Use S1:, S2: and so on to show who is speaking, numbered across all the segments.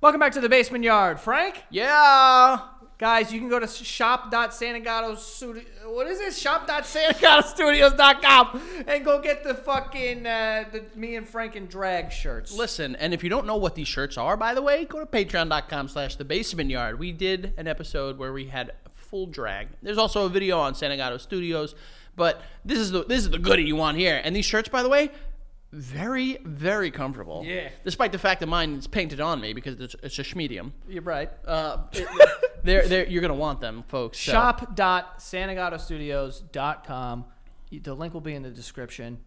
S1: Welcome back to the basement yard, Frank.
S2: Yeah.
S1: Guys, you can go to shop.santagato studio. What is it? Shop.santagatostudios.com and go get the fucking uh, the me and Frank and drag shirts.
S2: Listen, and if you don't know what these shirts are, by the way, go to patreon.com slash the basement yard. We did an episode where we had full drag. There's also a video on Sanagato Studios, but this is the this is the goodie you want here. And these shirts, by the way, very, very comfortable.
S1: Yeah.
S2: Despite the fact that mine is painted on me because it's, it's a medium.
S1: You're right.
S2: Uh, it- they're, they're, you're going to want them, folks. so-
S1: Shop.sanagatostudios.com. The link will be in the description.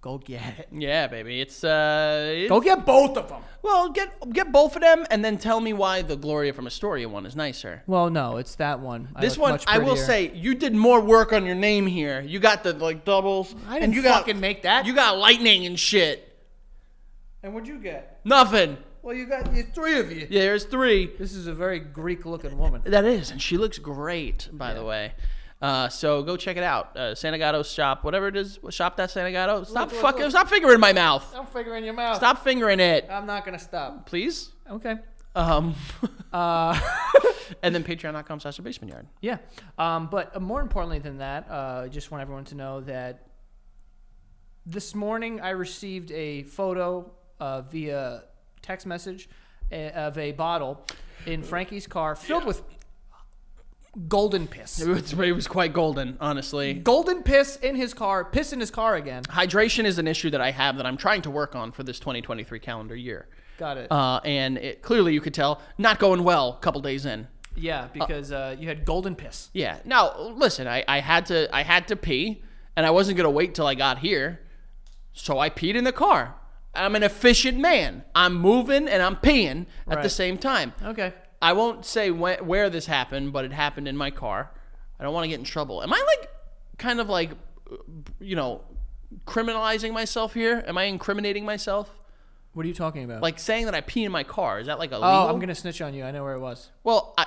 S1: Go get it.
S2: Yeah, baby. It's uh it's-
S1: Go get both of them.
S2: Well, get get both of them, and then tell me why the Gloria from Astoria one is nicer.
S1: Well, no, it's that one. I
S2: This
S1: look
S2: one,
S1: much
S2: I will
S1: prettier.
S2: say, you did more work on your name here. You got the like doubles.
S1: I didn't
S2: and you
S1: fucking
S2: got,
S1: make that.
S2: You got lightning and shit.
S1: And what'd you get?
S2: Nothing.
S1: Well, you got it's three of you.
S2: Yeah, there's three.
S1: This is a very Greek-looking woman.
S2: That is, and she looks great, by the way. Uh, so go check it out. Uh, Sanagato's shop, whatever it is, shop that Sanagato. Stop
S1: look,
S2: fucking,
S1: look.
S2: stop fingering my mouth.
S1: I'm figuring your mouth.
S2: Stop fingering it,
S1: I'm not gonna stop.
S2: please.
S1: Okay.
S2: Um,
S1: Uh,
S2: and then patreon.com slash the basement yard.
S1: yeah. Um, but uh, more importantly than that, uh, I just want everyone to know that this morning I received a photo uh, via text message a- of a bottle in Frankie's car filled with golden piss.
S2: It was, it was quite golden, honestly.
S1: Golden piss in his car. Piss in his car again.
S2: Hydration is an issue that I have that I'm trying to work on for this 2023 calendar year.
S1: Got it.
S2: Uh, and it, clearly, you could tell, not going well a couple days in.
S1: yeah, because uh, you had golden piss.
S2: Yeah. Now, listen, I, I had to I had to pee, and I wasn't gonna wait till I got here, so I peed in the car. I'm an efficient man. I'm moving and I'm peeing at the
S1: Right.
S2: same time.
S1: Okay.
S2: I won't say wh- where this happened, but it happened in my car. I don't want to get in trouble. Am I like kind of like uh, you know criminalizing myself here? Am I incriminating myself?
S1: What are you talking about?
S2: Like saying that I pee in my car is that like illegal?
S1: oh, I'm gonna snitch on you. I know where it was.
S2: well, I,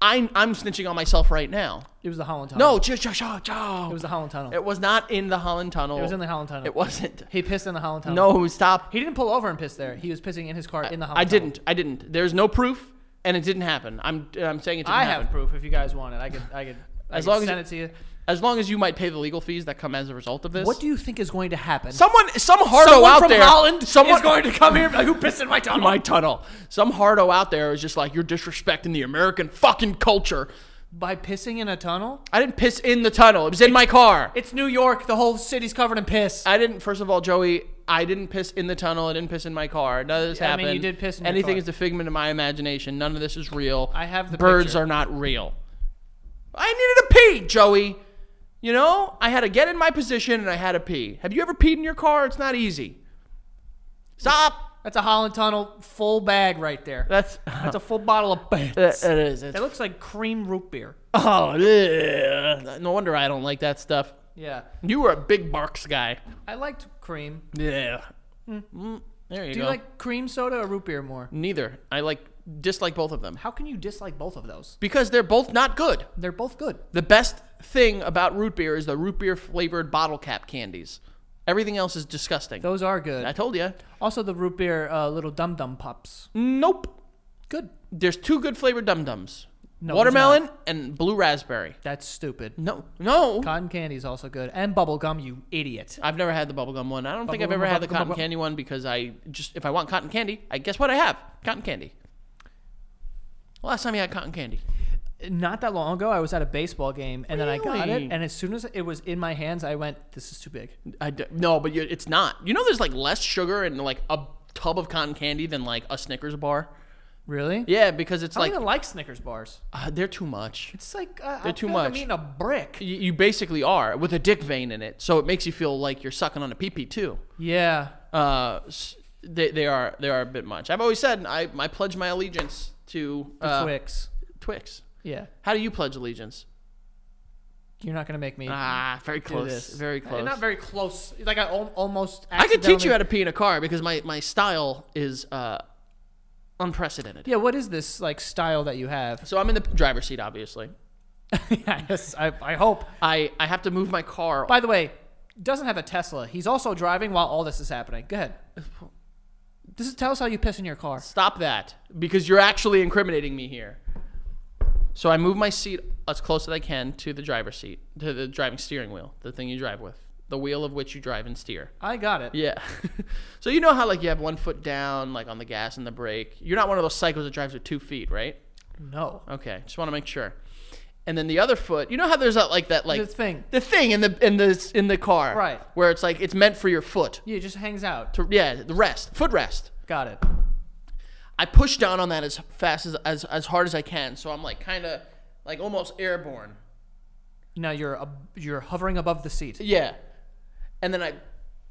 S2: I I'm snitching on myself right now.
S1: It was the Holland Tunnel.
S2: No, jo- jo- jo- jo.
S1: Oh. it was the Holland Tunnel.
S2: It was not in the Holland Tunnel.
S1: It was in the Holland Tunnel.
S2: It wasn't.
S1: He pissed in the Holland Tunnel.
S2: No, stop.
S1: He didn't pull over and piss there. He was pissing in his car in the Holland
S2: I didn't. I didn't. There's no proof, and it didn't happen. I'm I'm saying it didn't
S1: I
S2: happen.
S1: have proof if you guys want it. I could I could I
S2: As
S1: could
S2: long as
S1: send
S2: you-
S1: it to you.
S2: As long as you might pay the legal fees that come as a result of this.
S1: What do you think is going to happen?
S2: Someone, some hardo out
S1: from
S2: there.
S1: Holland
S2: someone
S1: is going to come here. and be like, Who pissed in my tunnel?
S2: my tunnel. Some hardo out there is just like you're disrespecting the American fucking culture.
S1: By pissing in a tunnel?
S2: I didn't piss in the tunnel. It was in my car.
S1: It's New York. The whole city's covered in piss.
S2: I didn't. First of all, Joey, I didn't piss in the tunnel. I didn't piss in my car. None of this
S1: I mean,
S2: happened.
S1: you did piss in your
S2: Anything
S1: car.
S2: is a figment of my imagination. None of this is real.
S1: I have the
S2: birds
S1: picture.
S2: are not real. I needed to pee, Joey. You know, I had to get in my position and I had to pee. Have you ever peed in your car? It's not easy. Stop.
S1: That's a Holland Tunnel full bag right there.
S2: That's
S1: That's a full bottle of piss.
S2: it is.
S1: That looks like cream root beer.
S2: oh, yeah. no wonder I don't like that stuff.
S1: Yeah.
S2: You were a big barks guy.
S1: I liked cream.
S2: Yeah. There you
S1: Do
S2: go.
S1: you like cream soda or root beer more?
S2: Neither. I like dislike both of them.
S1: How can you dislike both of those?
S2: because they're both not good.
S1: They're both good.
S2: The best thing about root beer is the root beer flavored bottle cap candies. Everything else is disgusting.
S1: Those are good.
S2: I told you.
S1: Also, the root beer uh, little dum dum pops.
S2: Nope.
S1: Good.
S2: There's two good flavored dum dums.
S1: No,
S2: Watermelon and blue raspberry.
S1: That's stupid.
S2: No, no.
S1: Cotton candy is also good, and bubble gum. You idiot.
S2: I've never had the bubblegum one. I don't think I've
S1: Bubblegum,
S2: ever had the
S1: bubblegum,
S2: cotton
S1: bubblegum.
S2: candy one because I just if I want cotton candy, I guess what I have? Cotton candy. Last time you had cotton candy.
S1: Not that long ago, I was at a baseball game, and then I got
S2: Really?
S1: it, and as soon as it was in my hands, I went, "This is too big."
S2: I d- no, but you, it's not. You know there's like less sugar in like a tub of cotton candy than like a Snickers bar.
S1: Really?
S2: Yeah, because it's
S1: I don't
S2: like
S1: even like Snickers bars.
S2: Uh, they're too much.
S1: It's like uh, I
S2: They're too
S1: feel like I'm
S2: much.
S1: eating a brick.
S2: You, you basically are with a dick vein in it, so it makes you feel like you're sucking on a pee pee too.
S1: Yeah.
S2: Uh, s- they, they are they are a bit much. I've always said I, I pledge my allegiance to
S1: The
S2: uh,
S1: Twix.
S2: Twix.
S1: Yeah.
S2: How do you pledge allegiance?
S1: You're not gonna make me
S2: Ah, very
S1: do
S2: close.
S1: this. Uh,
S2: Very close.
S1: Not very close. Like I al- almost.
S2: I could teach you how to pee in a car because my my style is uh, unprecedented.
S1: Yeah. What is this like style that you have?
S2: So I'm in the driver's seat, obviously.
S1: yes. I, I hope.
S2: I, I have to move my car.
S1: By the way, doesn't have a Tesla. He's also driving while all this is happening. Go ahead. This is tell us how you piss in your car.
S2: Stop that because you're actually incriminating me here. So I move my seat as close as I can to the driver's seat, to the driving steering wheel, the thing you drive with, the wheel of which you drive and steer.
S1: I got it.
S2: Yeah. so you know how like you have one foot down, like on the gas and the brake. You're not one of those cycles that drives with two feet, right?
S1: No.
S2: Okay, just want to make sure. And then the other foot, you know how there's that like that like
S1: the thing.
S2: the thing in the in the in the car,
S1: Right.
S2: Where it's like it's meant for your foot
S1: Yeah, it just hangs out.
S2: to yeah the rest foot rest.
S1: Got it.
S2: I push down on that as fast as as, as hard as I can. So I'm like kind of like almost airborne.
S1: Now you're a, you're hovering above the seat.
S2: Yeah. And then I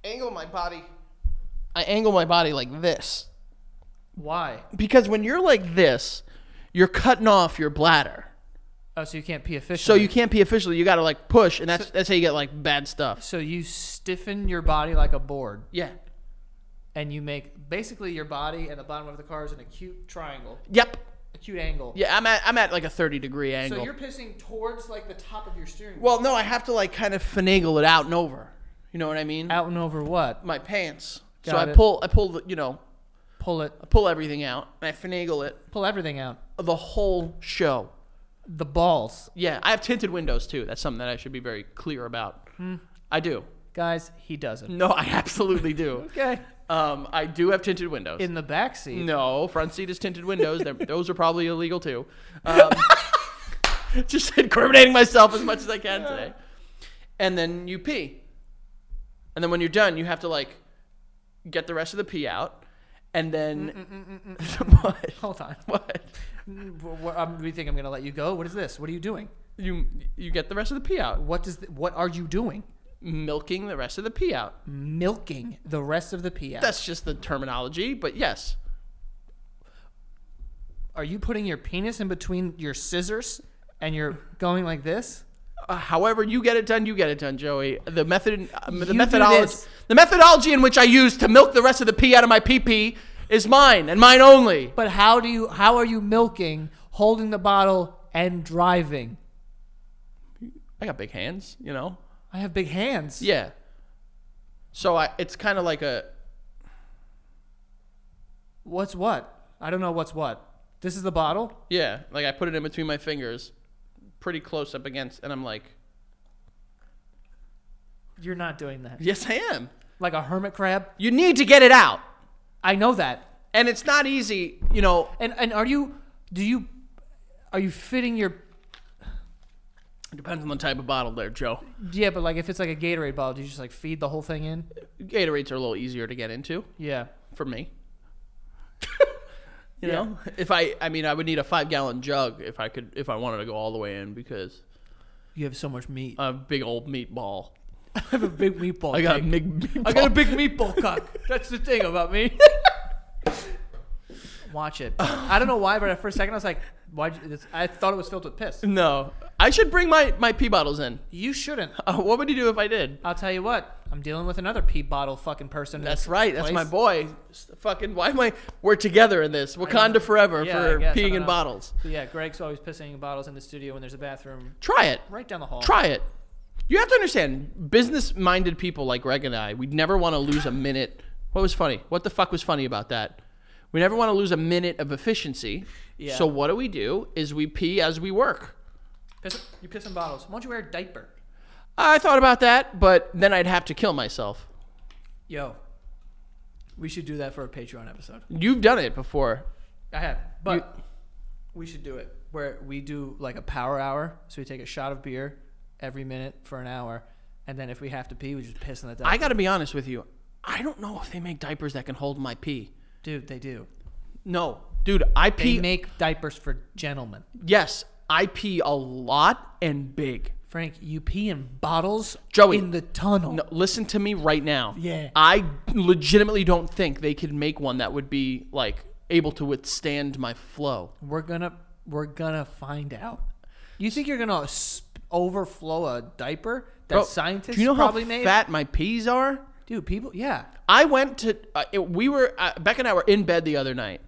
S2: angle my body. I angle my body like this
S1: Why?
S2: because when you're like this, you're cutting off your bladder.
S1: Oh, so you can't pee
S2: So
S1: efficiently.
S2: you can't pee officially. You got to like push, and that's that's how you get like bad stuff.
S1: So you stiffen your body like a board,
S2: Yeah.
S1: and you make basically your body and the bottom of the car is an acute triangle,
S2: Yep.
S1: acute angle.
S2: Yeah. I'm at I'm at like a 30 degree angle.
S1: So you're pissing towards like the top of your steering wheel.
S2: well, no, I have to like kind of finagle it out and over. You know what I mean?
S1: Out and over what?
S2: My pants. so
S1: Got
S2: I
S1: it.
S2: pull I pull the, you know
S1: Pull it.
S2: I pull everything out and I finagle it
S1: Pull everything out.
S2: the whole show.
S1: The balls,
S2: Yeah, I have tinted windows too. That's something that I should be very clear about. I do.
S1: guys. He doesn't.
S2: No, I absolutely do.
S1: Okay.
S2: um, I do have tinted windows.
S1: In the back seat.
S2: No, front seat is tinted windows. They're- those are probably illegal too. Um, just incriminating myself as much as I can today. And then you pee. And then when you're done, you have to like get the rest of the pee out. And then what?
S1: Hold on.
S2: What?
S1: Wh- wh- um, you think I'm gonna let you go? What is this? What are you doing?
S2: You you get the rest of the pee out,
S1: What does? th- what are you doing?
S2: milking the rest of the pee out.
S1: Milking the rest of the pee out.
S2: That's just the terminology, but yes.
S1: Are you putting your penis in between your scissors and you're
S2: Mm.
S1: going like this?
S2: Uh, however you get it done, you get it done, Joey. The method, uh,
S1: You
S2: the
S1: do
S2: methodology,
S1: this.
S2: the methodology in which I use to milk the rest of the pee out of my pee pee is mine and mine only.
S1: But how do you? How are you milking, holding the bottle, and driving?
S2: I got big hands, you know.
S1: I have big hands.
S2: Yeah. So I, it's kind of like a
S1: What's what? I don't know what's what. This is the bottle.
S2: yeah, like I put it in between my fingers, pretty close up against, and I'm like,
S1: You're not doing that.
S2: yes, I am.
S1: Like a hermit crab.
S2: You need to get it out,
S1: I know that.
S2: and it's not easy, you know.
S1: And and are you? Do you? Are you fitting your?
S2: Depends on the type of bottle, there, Joe.
S1: Yeah, but like if it's like a Gatorade bottle, do you just like feed the whole thing in?
S2: Gatorades are a little easier to get into.
S1: Yeah.
S2: for me. you know, if I, I mean, I would need a five gallon jug if I could, if I wanted to go all the way in because
S1: You have so much meat.
S2: I have a big old meatball.
S1: I have a big meatball.
S2: Uh, I got a
S1: dick.
S2: big meatball.
S1: I got a big meatball cock. That's the thing about me. Watch it. I don't know why, but at first second I was like, "Why?" I thought it was filled with piss.
S2: No, I should bring my my pee bottles in.
S1: You shouldn't.
S2: Uh, what would you do if I did?
S1: I'll tell you what. I'm dealing with another pee bottle fucking person. in
S2: That's
S1: this
S2: right. That's my
S1: place.
S2: boy. S- Fucking. Why am I? We're together in this. Wakanda forever
S1: Yeah, I
S2: for
S1: guess, I
S2: peeing
S1: don't
S2: in
S1: know.
S2: bottles.
S1: But yeah, Greg's always pissing in bottles in the studio when there's a bathroom
S2: Try it.
S1: right down the hall.
S2: Try it. You have to understand, business minded people like Greg and I, we'd never want to lose a minute. What was funny? What the fuck was funny about that? We never want to lose a minute of efficiency.
S1: Yeah.
S2: So what do we do? Is we pee as we work.
S1: Piss, you piss in bottles. Why don't you wear a diaper?
S2: I thought about that, but then I'd have to kill myself.
S1: Yo, we should do that for a Patreon episode.
S2: You've done it before.
S1: I have, but we should do it where we do like a power hour. So we take a shot of beer every minute for an hour, and then if we have to pee, we just piss in the diaper.
S2: I got to be honest with you. I don't know if they make diapers that can hold my pee.
S1: Dude, they do.
S2: No, dude, I
S1: They
S2: pee.
S1: make diapers for gentlemen.
S2: yes, I pee a lot and big.
S1: Frank, you pee in bottles
S2: Joey,
S1: in the tunnel.
S2: No, listen to me right now.
S1: Yeah.
S2: I legitimately don't think they could make one that would be like able to withstand my flow.
S1: We're gonna we're gonna find out. You think you're gonna sp- overflow a diaper that
S2: Bro,
S1: scientists
S2: do you know
S1: probably
S2: how
S1: made?
S2: fat my peas are?
S1: Dude, people, yeah.
S2: I went to uh, it- we were uh, Becca and I were in bed the other night,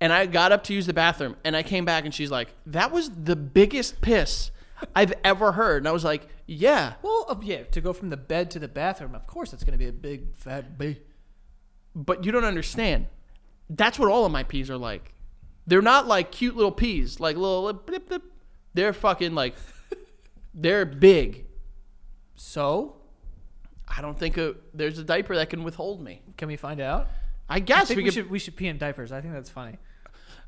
S2: and I got up to use the bathroom, and I came back, and she's like, "That was the biggest piss I've ever heard," and I was like, "Yeah."
S1: Well, uh, yeah. To go from the bed to the bathroom, of course, it's gonna be a big fat bee.
S2: But you don't understand. That's what all of my peas are like. They're not like cute little peas, like little blip blip. They're fucking like they're big.
S1: So,
S2: I don't think a, there's a diaper that can withhold me.
S1: can we find out?
S2: I
S1: I
S2: guess
S1: think
S2: we,
S1: we,
S2: could.
S1: should we should pee in diapers. I think that's funny.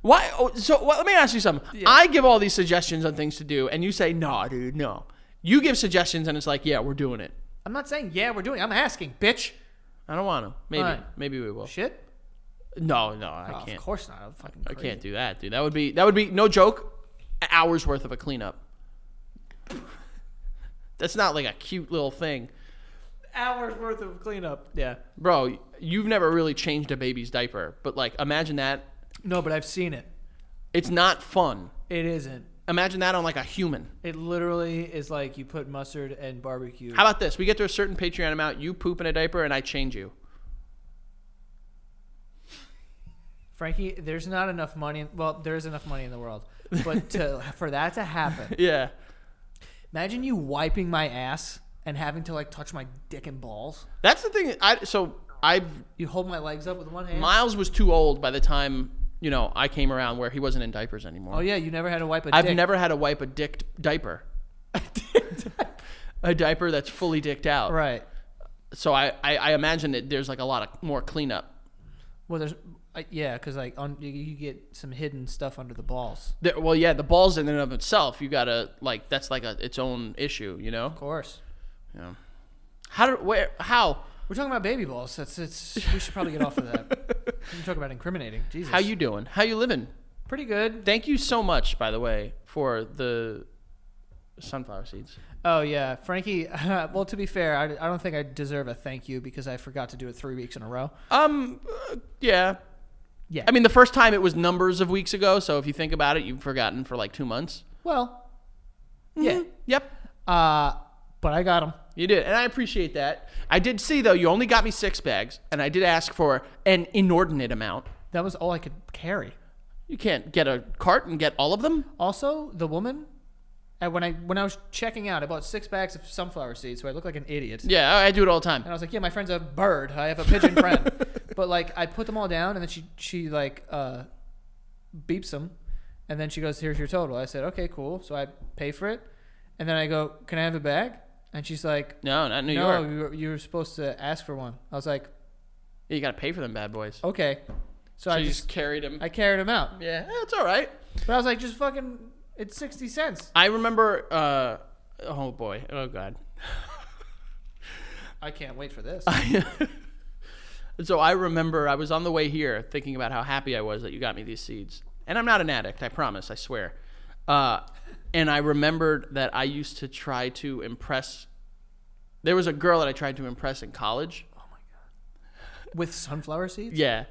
S2: Why? Oh, so well, let me ask you something. I give all these suggestions on things to do, and you say, "Nah, dude, no." You give suggestions, and it's like, "Yeah, we're doing it."
S1: I'm not saying yeah, we're doing. it. I'm asking, bitch.
S2: I don't want to. Maybe,
S1: Alright.
S2: maybe we will.
S1: Shit.
S2: No, no, I
S1: Oh,
S2: can't.
S1: of course not. I'm fucking.
S2: I
S1: Crazy.
S2: can't do that, dude. That would be that would be no joke. An hour's worth of a cleanup. That's not like a cute little thing,
S1: Hours worth of cleanup. Yeah.
S2: bro. You've never really changed a baby's diaper, but like, imagine that.
S1: No, but I've seen it.
S2: It's not fun.
S1: It isn't.
S2: Imagine that on like a human.
S1: It literally is like you put mustard and barbecue.
S2: How about this? We get to a certain Patreon amount, you poop in a diaper, and I change you.
S1: Frankie, there's not enough money. Well, there is enough money in the world, but to, for that to happen,
S2: Yeah.
S1: imagine you wiping my ass and having to like touch my dick and balls.
S2: That's the thing. I so I've
S1: You hold my legs up with one hand.
S2: Miles was too old by the time you know I came around where he wasn't in diapers anymore.
S1: oh yeah, you never had to wipe a
S2: I've
S1: dick.
S2: never had to wipe a dicked diaper. a diaper that's fully dicked out.
S1: Right.
S2: So I, I, I imagine that there's like a lot of more cleanup.
S1: Well, there's uh, yeah, because like on you, you get some hidden stuff under the balls.
S2: There, well, yeah, the balls in and of itself, you gotta like that's like a its own issue, you know.
S1: Of course.
S2: Yeah. How do where how
S1: We're talking about baby balls. That's it's. We should probably get off of that. You talk about incriminating. Jesus.
S2: how you doing? How you living?
S1: Pretty good.
S2: Thank you so much, by the way, for the sunflower seeds.
S1: Oh yeah, Frankie. well, to be fair, I, I don't think I deserve a thank you because I forgot to do it three weeks in a row.
S2: Um, uh, yeah.
S1: Yeah.
S2: I mean, the first time it was numbers of weeks ago, so if you think about it, you've forgotten for like two months. Mm-hmm.
S1: Well, yeah.
S2: Yep,
S1: Uh, but I got him.
S2: you did, and I appreciate that. I did see though, you only got me six bags, and I did ask for an inordinate amount.
S1: That was all I could carry.
S2: You can't get a cart and get all of them.
S1: Also, the woman, uh, when I when I was checking out, I bought six bags of sunflower seeds, so I looked like an idiot.
S2: Yeah, I I do it all the time.
S1: And I was like, yeah, my friend's a bird. I have a pigeon friend. But like, I put them all down, and then she she like uh, beeps them, and then she goes, here's your total. I said, okay, cool. So I pay for it, and then I go, can I have a bag? And she's like,
S2: No, not New
S1: no,
S2: York.
S1: you were, you were supposed to ask for one. I was like,
S2: You got to pay for them bad boys.
S1: okay. So,
S2: so
S1: Oh, I
S2: you
S1: just
S2: just carried them.
S1: I carried him out.
S2: yeah, that's all right.
S1: But I was like, just fucking, it's sixty cents.
S2: I remember. Uh, oh boy. Oh god.
S1: I can't wait for this.
S2: So I remember I was on the way here thinking about how happy I was that you got me these seeds. And I'm not an addict, I promise, I swear. Uh, and I remembered that I used to try to impress. There was a girl that I tried to impress in college.
S1: With sunflower seeds?
S2: Yeah.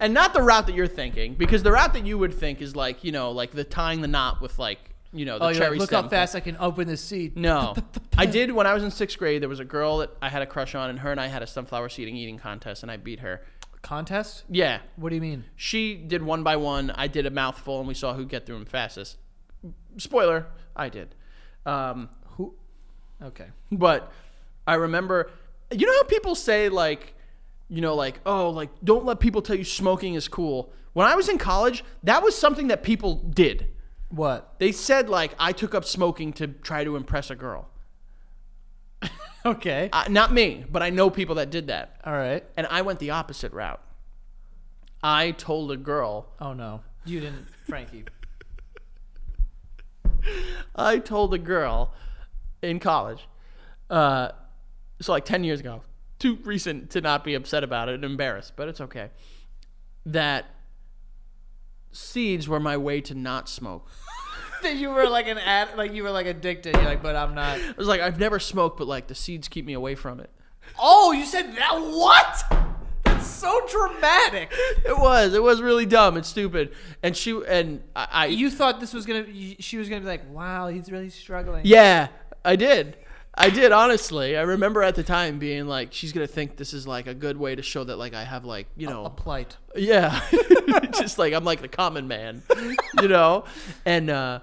S2: And not the route that you're thinking, because the route that you would think is like, you know, like the tying the knot with like, you know, the
S1: Oh, you're
S2: cherry
S1: like, look
S2: stem
S1: how
S2: thing.
S1: fast I can open this seed.
S2: No. I did when I was in sixth grade. There was a girl that I had a crush on, and her and I had a sunflower seed and eating contest, and I beat her.
S1: Contest?
S2: Yeah.
S1: What do you mean?
S2: She did one by one. I did a mouthful, and we saw who get through them fastest. Spoiler: I did. Um,
S1: Who? Okay.
S2: but I remember, you know how people say like, you know, like oh, like don't let people tell you smoking is cool. When I was in college, that was something that people did.
S1: What?
S2: They said like I took up smoking to try to impress a girl.
S1: Okay.
S2: Uh, not me, but I know people that did that,
S1: All right.
S2: and I went the opposite route. I told a girl
S1: Oh no, you didn't, Frankie.
S2: I told a girl in college, uh, so like 10 years ago, too recent to not be upset about it and embarrassed, but it's okay, that seeds were my way to not smoke.
S1: you were like an ad, like you were like addicted. You're like, but I'm not.
S2: I was like, I've never smoked, but like the seeds keep me away from it.
S1: Oh, you said that? What? That's so dramatic.
S2: It was, it was really dumb and stupid. And she, and I, I
S1: You thought this was gonna. you- She was gonna be like, wow, he's really struggling.
S2: yeah, I did. I did, honestly. I remember at the time being like, she's going to think this is like a good way to show that like I have like, you know,
S1: A plight.
S2: Yeah. just like I'm like the common man, you know? And uh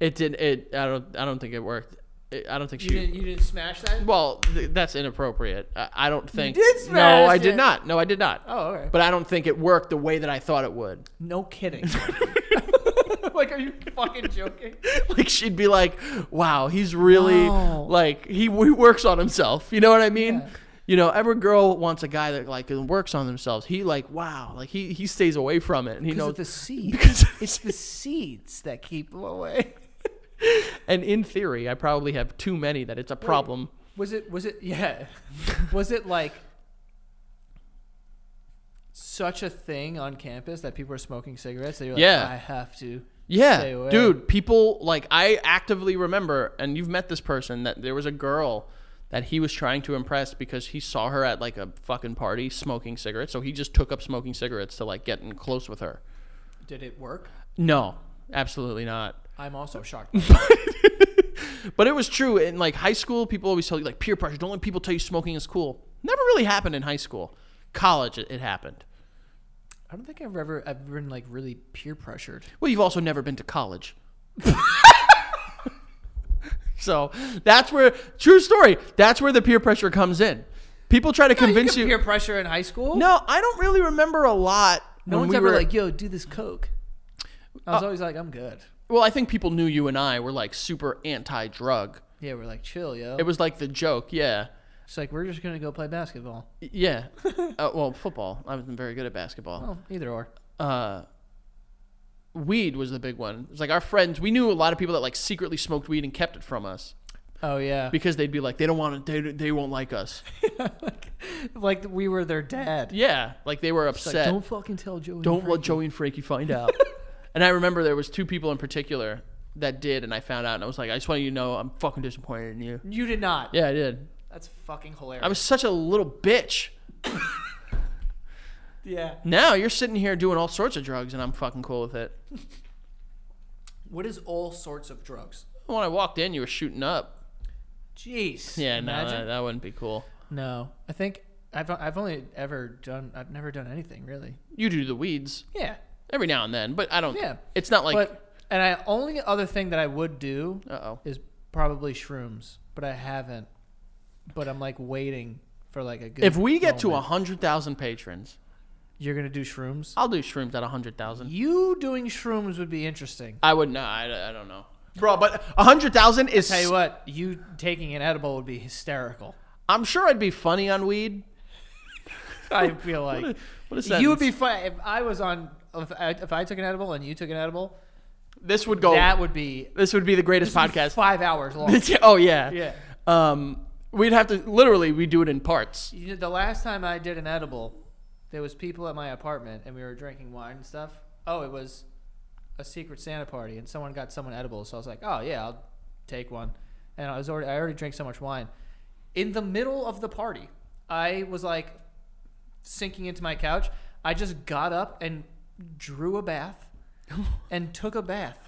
S2: it didn't it I don't I don't think it worked. I I don't think
S1: You
S2: she.
S1: didn't, you didn't smash that?
S2: Well, th- that's inappropriate. I, I don't think.
S1: did
S2: no, I
S1: smash
S2: did
S1: it.
S2: not. No, I did not.
S1: Oh, all right.
S2: But I don't think it worked the way that I thought it would.
S1: no kidding. like, are you fucking joking?
S2: Like she'd be like, "Wow, he's really
S1: Wow.
S2: like he, he works on himself." You know what I mean?
S1: Yeah.
S2: You know, every girl wants a guy that like works on themselves. He like, wow, like he he stays away from it, and he
S1: Because
S2: knows
S1: of the seeds.
S2: because-
S1: it's the seeds that keep them away.
S2: And in theory, I probably have too many that it's a problem.
S1: Was it? Was it? Yeah. was it like such a thing on campus that people were smoking cigarettes? That you're like,
S2: Yeah.
S1: I have to. stay
S2: Yeah,
S1: away.
S2: dude, people like I actively remember, and you've met this person that there was a girl that he was trying to impress because he saw her at like a fucking party smoking cigarettes, so he just took up smoking cigarettes to like get in close with her.
S1: Did it work?
S2: No, absolutely not.
S1: I'm also shocked.
S2: But it was true in like high school. People always tell you like peer pressure. Don't let people tell you smoking is cool. Never really happened in high school. College, it, it happened.
S1: I don't think I've ever I've been like really peer pressured.
S2: Well, you've also never been to college. so that's where true story. That's where the peer pressure comes in. People try to convince you.
S1: peer pressure in high school.
S2: No, I don't really remember a lot.
S1: no
S2: when
S1: one's
S2: we
S1: ever
S2: were-
S1: like, yo, do this coke. I was always like, I'm good.
S2: Well, I think people knew you and I were like super anti-drug.
S1: Yeah, we're like chill, yo.
S2: It was like the joke. Yeah,
S1: It's like we're just gonna go play basketball.
S2: Y- yeah. uh, well, football. I wasn't very good at basketball.
S1: Well, either or.
S2: uh, weed was the big one. It's like our friends. We knew a lot of people that like secretly smoked weed and kept it from us
S1: Oh yeah,
S2: because they'd be like, they don't want to, they, they won't like us.
S1: like we were their dad.
S2: Yeah, like they were
S1: It's
S2: upset.
S1: like,
S2: don't
S1: don't fucking tell Joey.
S2: let Joey and Frankie find out. and I remember there was two people in particular that did, and I found out, and I was like, I just want you to know, I'm fucking disappointed in you.
S1: You did not.
S2: Yeah, I did.
S1: That's fucking hilarious.
S2: I was such a little bitch.
S1: yeah.
S2: Now you're sitting here doing all sorts of drugs, and I'm fucking cool with it.
S1: What is all sorts of drugs?
S2: When I walked in, you were shooting up.
S1: Jeez.
S2: Yeah, no,
S1: Imagine.
S2: that, that wouldn't be cool.
S1: No, I think I've I've only ever done I've never done anything really.
S2: You do the weeds
S1: Yeah.
S2: every now and then, but I don't.
S1: Yeah.
S2: It's not like.
S1: but and I only other thing that I would do
S2: uh oh.
S1: is probably shrooms, but I haven't. But I'm like waiting for like a good.
S2: If we get to a
S1: moment.
S2: hundred thousand patrons,
S1: you're gonna do shrooms.
S2: I'll do shrooms at a hundred thousand.
S1: You doing shrooms would be interesting.
S2: I would not. I, I don't know, bro. But a hundred thousand is.
S1: Tell you what, you taking an edible would be hysterical.
S2: I'm sure I'd be funny on weed.
S1: I feel like
S2: What is that?
S1: you would be fun if I was on. If I, if I took an edible and you took an edible,
S2: This would go.
S1: that would be
S2: this would be the greatest podcast.
S1: five hours long.
S2: oh yeah.
S1: yeah.
S2: Um, we'd have to literally we do it in parts.
S1: You know, the last time I did an edible, there was people at my apartment and we were drinking wine and stuff. Oh, it was a secret Santa party and someone got someone edible, so I was like, "Oh yeah, I'll take one." And I was already I already drank so much wine. In the middle of the party, I was like sinking into my couch. I just got up and drew a bath and took a bath.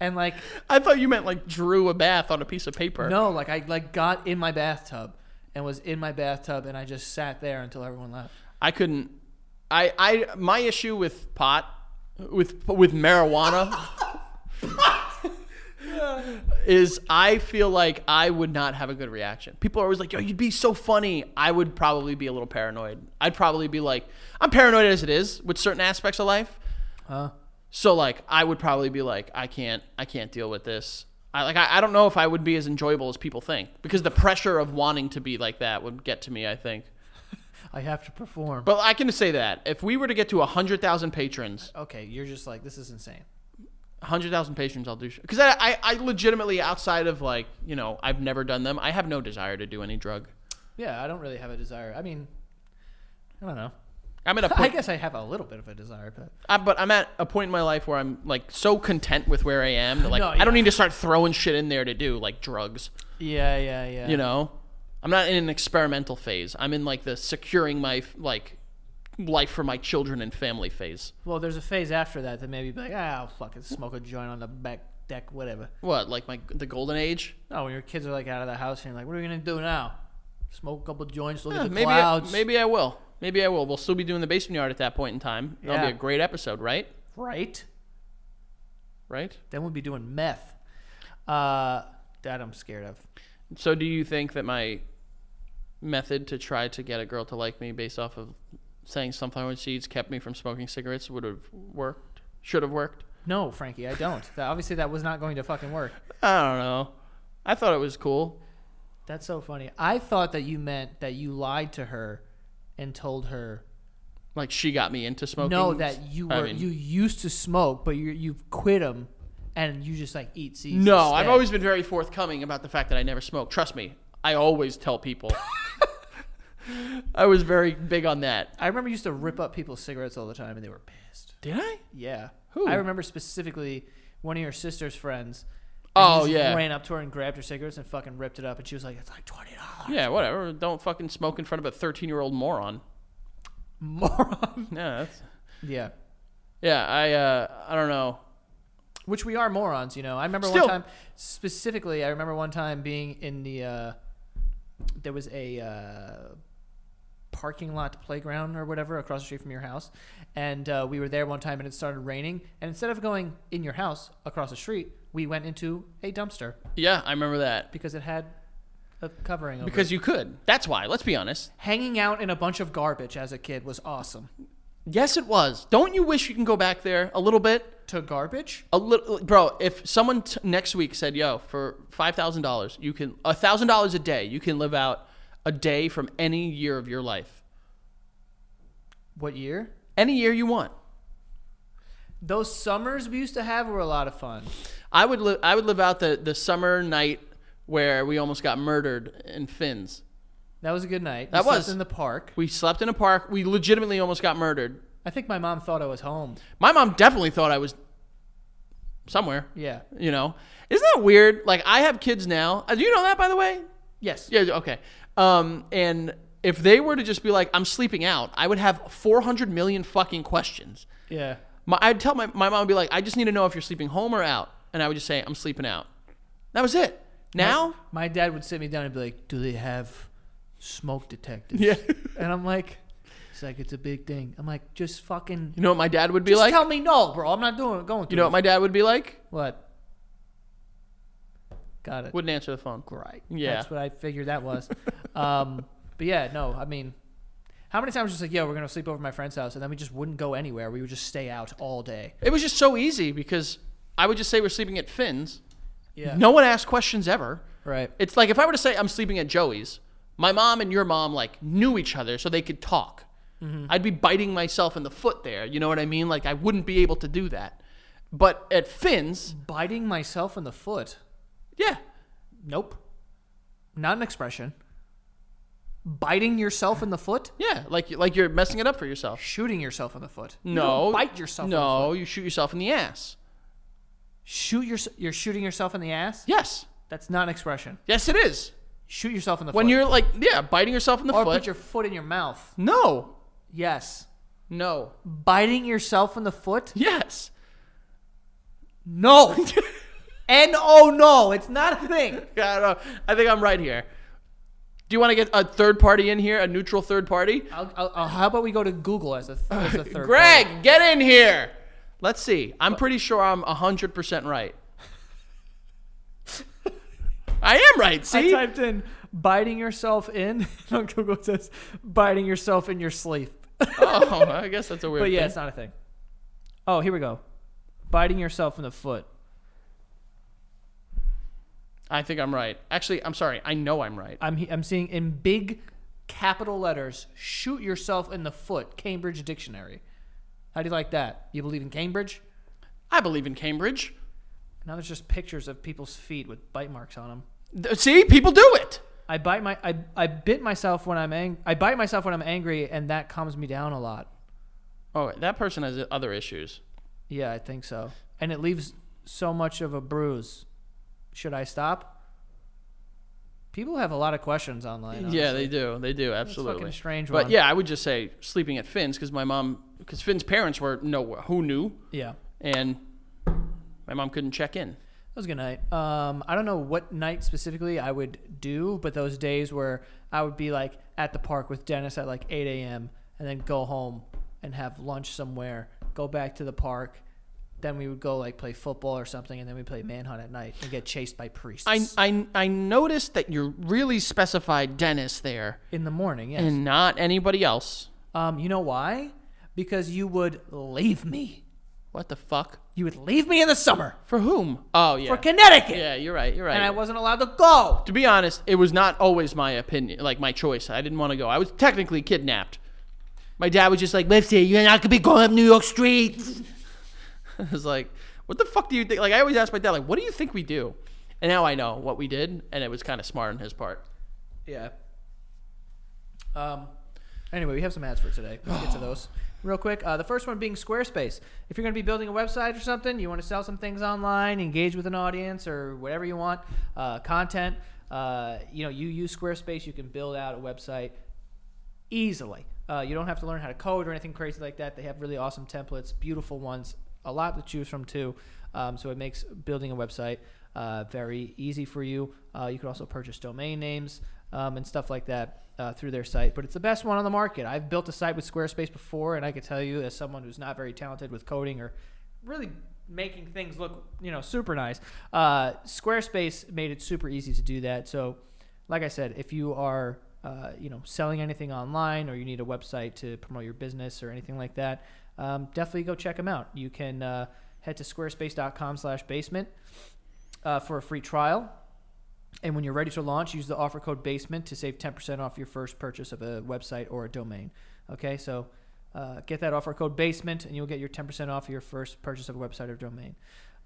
S1: And like
S2: I thought you meant like drew a bath on a piece of paper.
S1: no, like I like got in my bathtub and was in my bathtub and I just sat there until everyone left.
S2: I couldn't. I I my issue with pot, with with marijuana. Is I feel like I would not have a good reaction. People are always like, "Yo, you'd be so funny." I would probably be a little paranoid. I'd probably be like, "I'm paranoid as it is with certain aspects of life."
S1: Huh?
S2: So like, I would probably be like, "I can't, I can't deal with this." I like, I, I don't know if I would be as enjoyable as people think because the pressure of wanting to be like that would get to me. I think.
S1: I have to perform.
S2: But I can say that if we were to get to 100,000 patrons,
S1: okay, you're just like this is insane.
S2: 100,000 patrons, I'll do. Because I, I, I legitimately, outside of like, you know, I've never done them, I have no desire to do any drug.
S1: Yeah, I don't really have a desire. I mean, I don't know.
S2: I'm at a
S1: I
S2: point,
S1: guess I have a little bit of a desire, but
S2: I, but I'm at a point in my life where I'm like so content with where I am that like
S1: No,
S2: I don't
S1: yeah.
S2: need to start throwing shit in there to do like drugs.
S1: yeah, yeah, yeah.
S2: You know, I'm not in an experimental phase. I'm in like the securing my like life for my children and family phase.
S1: Well, there's a phase after that that maybe be like, ah, I'll fucking smoke a joint on the back deck, whatever.
S2: What like my the golden age?
S1: No, when your kids are like out of the house and you're like, what are we gonna do now? Smoke a couple joints, look
S2: Yeah,
S1: at the
S2: maybe
S1: clouds.
S2: I, maybe I will. Maybe I will. We'll still be doing the basement yard at that point in time. That'll
S1: Yeah.
S2: be a great episode, right?
S1: Right?
S2: Right?
S1: Then we'll be doing meth. Uh, that I'm scared of.
S2: So do you think that my method to try to get a girl to like me based off of saying sunflower seeds kept me from smoking cigarettes would have worked? Should have worked?
S1: No, Frankie, I don't. That- obviously, that was not going to fucking work.
S2: I don't know. I thought it was cool.
S1: That's so funny. I thought that you meant that you lied to her and told her
S2: Like she got me into smoking.
S1: no that you were
S2: I mean-
S1: you used to smoke, but you you've quit them, and you just like eat seeds.
S2: No, I've
S1: instead.
S2: always been very forthcoming about the fact that I never smoked. Trust me, I always tell people. I was very big on that.
S1: I remember you used to rip up people's cigarettes all the time, and they were pissed.
S2: Did I?
S1: Yeah.
S2: Who?
S1: I remember specifically one of your sister's friends. and
S2: Oh,
S1: you just
S2: yeah.
S1: Ran up to her and grabbed her cigarettes and fucking ripped it up, and she was like, "It's like twenty dollars."
S2: Yeah, whatever. Don't fucking smoke in front of a 13 year old moron.
S1: Moron.
S2: Yeah, that's,
S1: yeah.
S2: yeah. I uh, I don't know.
S1: Which we are morons, you know. I remember
S2: Still-
S1: one time specifically. I remember one time being in the. Uh, there was a uh, parking lot playground or whatever across the street from your house, and uh, we were there one time and it started raining. And instead of going in your house across the street, we went into a dumpster
S2: Yeah, I remember that
S1: because it had a covering. Over it.
S2: because you could. That's why. Let's be honest.
S1: hanging out in a bunch of garbage as a kid was awesome.
S2: Yes, it was. Don't you wish you can go back there a little bit?
S1: To garbage?
S2: A little, bro. If someone t- next week said, "Yo, for five thousand dollars, you can a thousand dollars a day, you can live out a day from any year of your life,
S1: What year?
S2: any year you want."
S1: Those summers we used to have were a lot of fun.
S2: I would live. I would live out the the summer night where we almost got murdered in Finns.
S1: That was a good night. We
S2: That
S1: slept
S2: was.
S1: in the park.
S2: We slept in a park. We legitimately almost got murdered.
S1: I think my mom thought I was home.
S2: My mom definitely thought I was somewhere.
S1: Yeah.
S2: You know, isn't that weird? Like I have kids now. Uh, Do you know that, by the way?
S1: Yes.
S2: Yeah. Okay. Um, and if they were to just be like, "I'm sleeping out," I would have 400 million fucking questions.
S1: Yeah.
S2: My, I'd tell my my mom would be like, "I just need to know if you're sleeping home or out," and I would just say, "I'm sleeping out." That was it. Now.
S1: My dad would sit me down and be like, "Do they have smoke detectors?"
S2: Yeah.
S1: And I'm like, "It's like it's a big thing." I'm like, "Just fucking
S2: You know what my dad would be
S1: just
S2: like?
S1: tell me no, bro. I'm not doing it. Going through
S2: you know what
S1: it."
S2: my dad would be like?
S1: what? Got it.
S2: Wouldn't answer the phone.
S1: Right.
S2: Yeah.
S1: That's what I figured that was. um, but yeah, no, I mean, how many times was just like, yo, we're going to sleep over at my friend's house, and then we just wouldn't go anywhere. We would just stay out all day.
S2: It was just so easy because I would just say we're sleeping at Finn's.
S1: Yeah.
S2: No one asked questions ever.
S1: Right.
S2: It's like if I were to say I'm sleeping at Joey's, my mom and your mom like knew each other so they could talk.
S1: Mm-hmm.
S2: I'd be biting myself in the foot there. You know what I mean? Like I wouldn't be able to do that. But at Finn's,
S1: Biting myself in the foot.
S2: yeah.
S1: Nope. Not an expression. Biting yourself in the foot?
S2: Yeah, like like you're messing it up for yourself.
S1: Shooting yourself in the foot. You
S2: No.
S1: don't bite yourself in the foot.
S2: No, you shoot yourself in the ass.
S1: Shoot your, you're shooting yourself in the ass?
S2: Yes.
S1: That's not an expression.
S2: Yes it is.
S1: Shoot yourself in the
S2: When
S1: foot.
S2: you're like yeah, biting yourself in the
S1: or
S2: foot.
S1: put your foot in your mouth.
S2: no.
S1: Yes.
S2: No.
S1: Biting yourself in the foot?
S2: Yes.
S1: No. and oh no, it's not a thing.
S2: Yeah, I, don't know. I think I'm right here. Do you want to get a third party in here, a neutral third party?
S1: I'll, I'll, I'll- how about we go to Google as a, th- as a third?
S2: Greg,
S1: party?
S2: get in here. Let's see. I'm pretty sure I'm 100% right. I am right,
S1: I
S2: see?
S1: typed in biting yourself in. on Google it says biting yourself in your sleep.
S2: oh, I guess that's a weird
S1: But yeah,
S2: thing.
S1: it's not a thing. Oh, here we go. Biting yourself in the foot.
S2: I think I'm right. Actually, I'm sorry. I know I'm right.
S1: I'm he- I'm seeing in big capital letters. Shoot yourself in the foot. Cambridge Dictionary. How do you like that? You believe in Cambridge?
S2: I believe in Cambridge.
S1: Now there's just pictures of people's feet with bite marks on them.
S2: Th- See? People do it.
S1: I bite my I, I bit myself when I'm ang- I bite myself when I'm angry and that calms me down a lot.
S2: Oh, that person has other issues.
S1: Yeah, I think so. And it leaves so much of a bruise. Should I stop? People have a lot of questions online. honestly.
S2: Yeah, they do. They do
S1: It's
S2: absolutely.
S1: fucking strange
S2: But
S1: one.
S2: yeah, I would just say sleeping at Finn's because my mom, because Finn's parents were no who knew,
S1: yeah.
S2: and my mom couldn't check in.
S1: That was a good night. Um, I don't know what night specifically I would do, but those days where I would be like at the park with Dennis at like 8 a.m. and then go home and have lunch somewhere, go back to the park, Then we would go like play football or something, and then we play manhunt at night and get chased by priests
S2: I, I, I noticed that you really specified Dennis there
S1: in the morning. Yes.
S2: and not anybody else.
S1: um, you know why? Because you would leave me.
S2: What the fuck?
S1: You would leave me in the summer
S2: For whom? Oh, yeah.
S1: for Connecticut,
S2: yeah, you're right. You're right.
S1: and I wasn't allowed to go.
S2: to be honest, it was not always my opinion, like my choice. I didn't want to go. I was technically kidnapped. My dad was just like, "Lifty, you're not gonna be going up New York streets." I was like, "What the fuck do you think?" Like, I always ask my dad, "Like, what do you think we do?" And now I know what we did, and it was kind of smart on his part.
S1: Yeah. Um. Anyway, we have some ads for today. Let's get to those real quick. Uh, the first one being Squarespace. If you're going to be building a website or something, you want to sell some things online, engage with an audience, or whatever you want, uh, content. Uh, you know, you use Squarespace. You can build out a website easily. Uh, you don't have to learn how to code or anything crazy like that. They have really awesome templates, beautiful ones, a lot to choose from too. Um, so it makes building a website uh, very easy for you. Uh, you can also purchase domain names um, and stuff like that uh, through their site. But it's the best one on the market. I've built a site with Squarespace before, and I could tell you, as someone who's not very talented with coding or really making things look, you know, super nice, uh, Squarespace made it super easy to do that. So like I said, if you are uh, you know selling anything online or you need a website to promote your business or anything like that, um, definitely go check them out. You can uh, head to squarespace.com/basement uh, for a free trial. And when you're ready to launch, use the offer code BASEMENT to save 10% off your first purchase of a website or a domain. Okay, so uh, get that offer code BASEMENT and you'll get your 10% off your first purchase of a website or domain.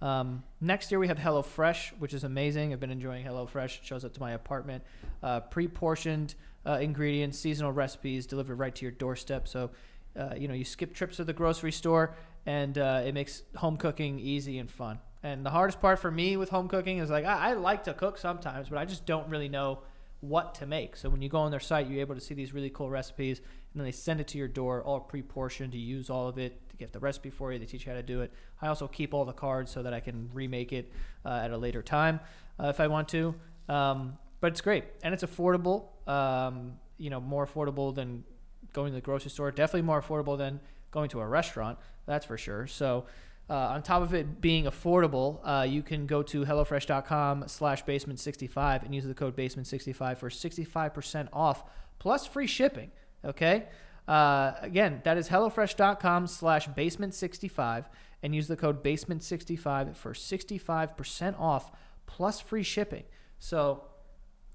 S1: Um, next year, we have HelloFresh, which is amazing. I've been enjoying HelloFresh. It shows up to my apartment. Uh, Pre portioned uh, ingredients, seasonal recipes delivered right to your doorstep. So, uh, you know, you skip trips to the grocery store and uh, it makes home cooking easy and fun. And the hardest part for me with home cooking is like, I, I like to cook sometimes, but I just don't really know what to make. So when you go on their site, you're able to see these really cool recipes, and then they send it to your door, all pre-portioned. You use all of it. They get the recipe for you. They teach you how to do it. I also keep all the cards so that I can remake it uh, at a later time uh, if I want to. Um, but it's great, and it's affordable. Um, you know, more affordable than going to the grocery store. Definitely more affordable than going to a restaurant. That's for sure. So. Uh, on top of it being affordable, uh, you can go to HelloFresh.com slash basement65 and use the code basement65 for 65% off plus free shipping. Okay? Uh, again, that is HelloFresh.com slash basement65 and use the code basement65 for 65% off plus free shipping. So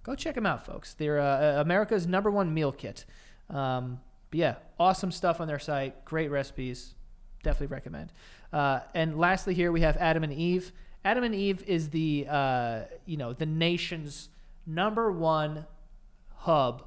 S1: go check them out, folks. They're uh, America's number one meal kit. Um, but yeah, awesome stuff on their site. Great recipes. Definitely recommend. Uh, and lastly, here we have Adam and Eve. Adam and Eve is the uh, you know the nation's number one hub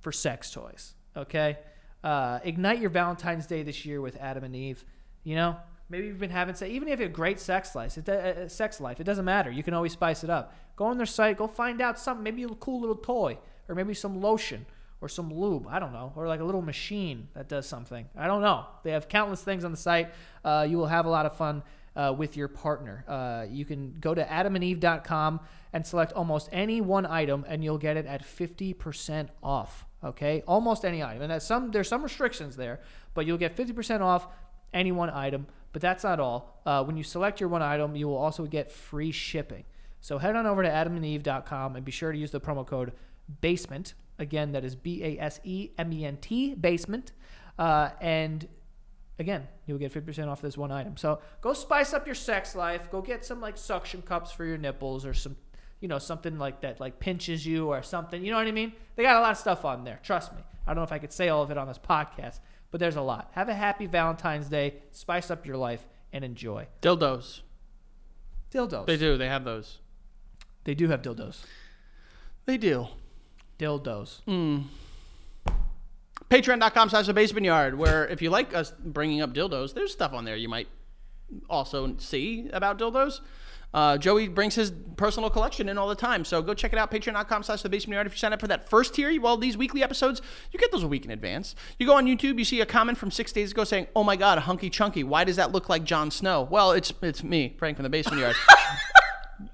S1: for sex toys. Okay, uh, ignite your Valentine's Day this year with Adam and Eve. You know, maybe you've been having sex. Even if you have a great sex life, it, do- uh, sex life, it doesn't matter. You can always spice it up. Go on their site. Go find out something. Maybe a cool little toy, or maybe some lotion, or some lube. I don't know, or like a little machine that does something. I don't know. They have countless things on the site. Uh, you will have a lot of fun uh, with your partner. Uh, you can go to adamandeve.com and select almost any one item, and you'll get it at 50% off. Okay, almost any item, and that's some there's some restrictions there, but you'll get 50% off any one item. But that's not all. Uh, when you select your one item, you will also get free shipping. So head on over to adamandeve.com and be sure to use the promo code BASEMENT. Again, that is B A S E M E N T, BASEMENT. Uh, and again, you'll get 50% off this one item. So go spice up your sex life. Go get some like suction cups for your nipples or some, you know, something like that, like pinches you or something. You know what I mean? They got a lot of stuff on there. Trust me. I don't know if I could say all of it on this podcast, but there's a lot. Have a happy Valentine's Day. Spice up your life and enjoy.
S2: Dildos.
S1: Dildos.
S2: They
S1: They do,
S2: do. They have those.
S1: have dildos.
S2: They do.
S1: Dildos.
S2: Mm. Patreon.com slash the basement yard, where if you like us bringing up dildos, there's stuff on there you might also see about dildos. Uh, Joey brings his personal collection in all the time, so go check it out. Patreon.com slash the basement yard. If you sign up for that first tier, well, these weekly episodes, you get those a week in advance. You go on YouTube, you see a comment from six days ago saying, Oh my God, a hunky chunky. Why does that look like Jon Snow? Well, it's, it's me, Frank from the basement yard.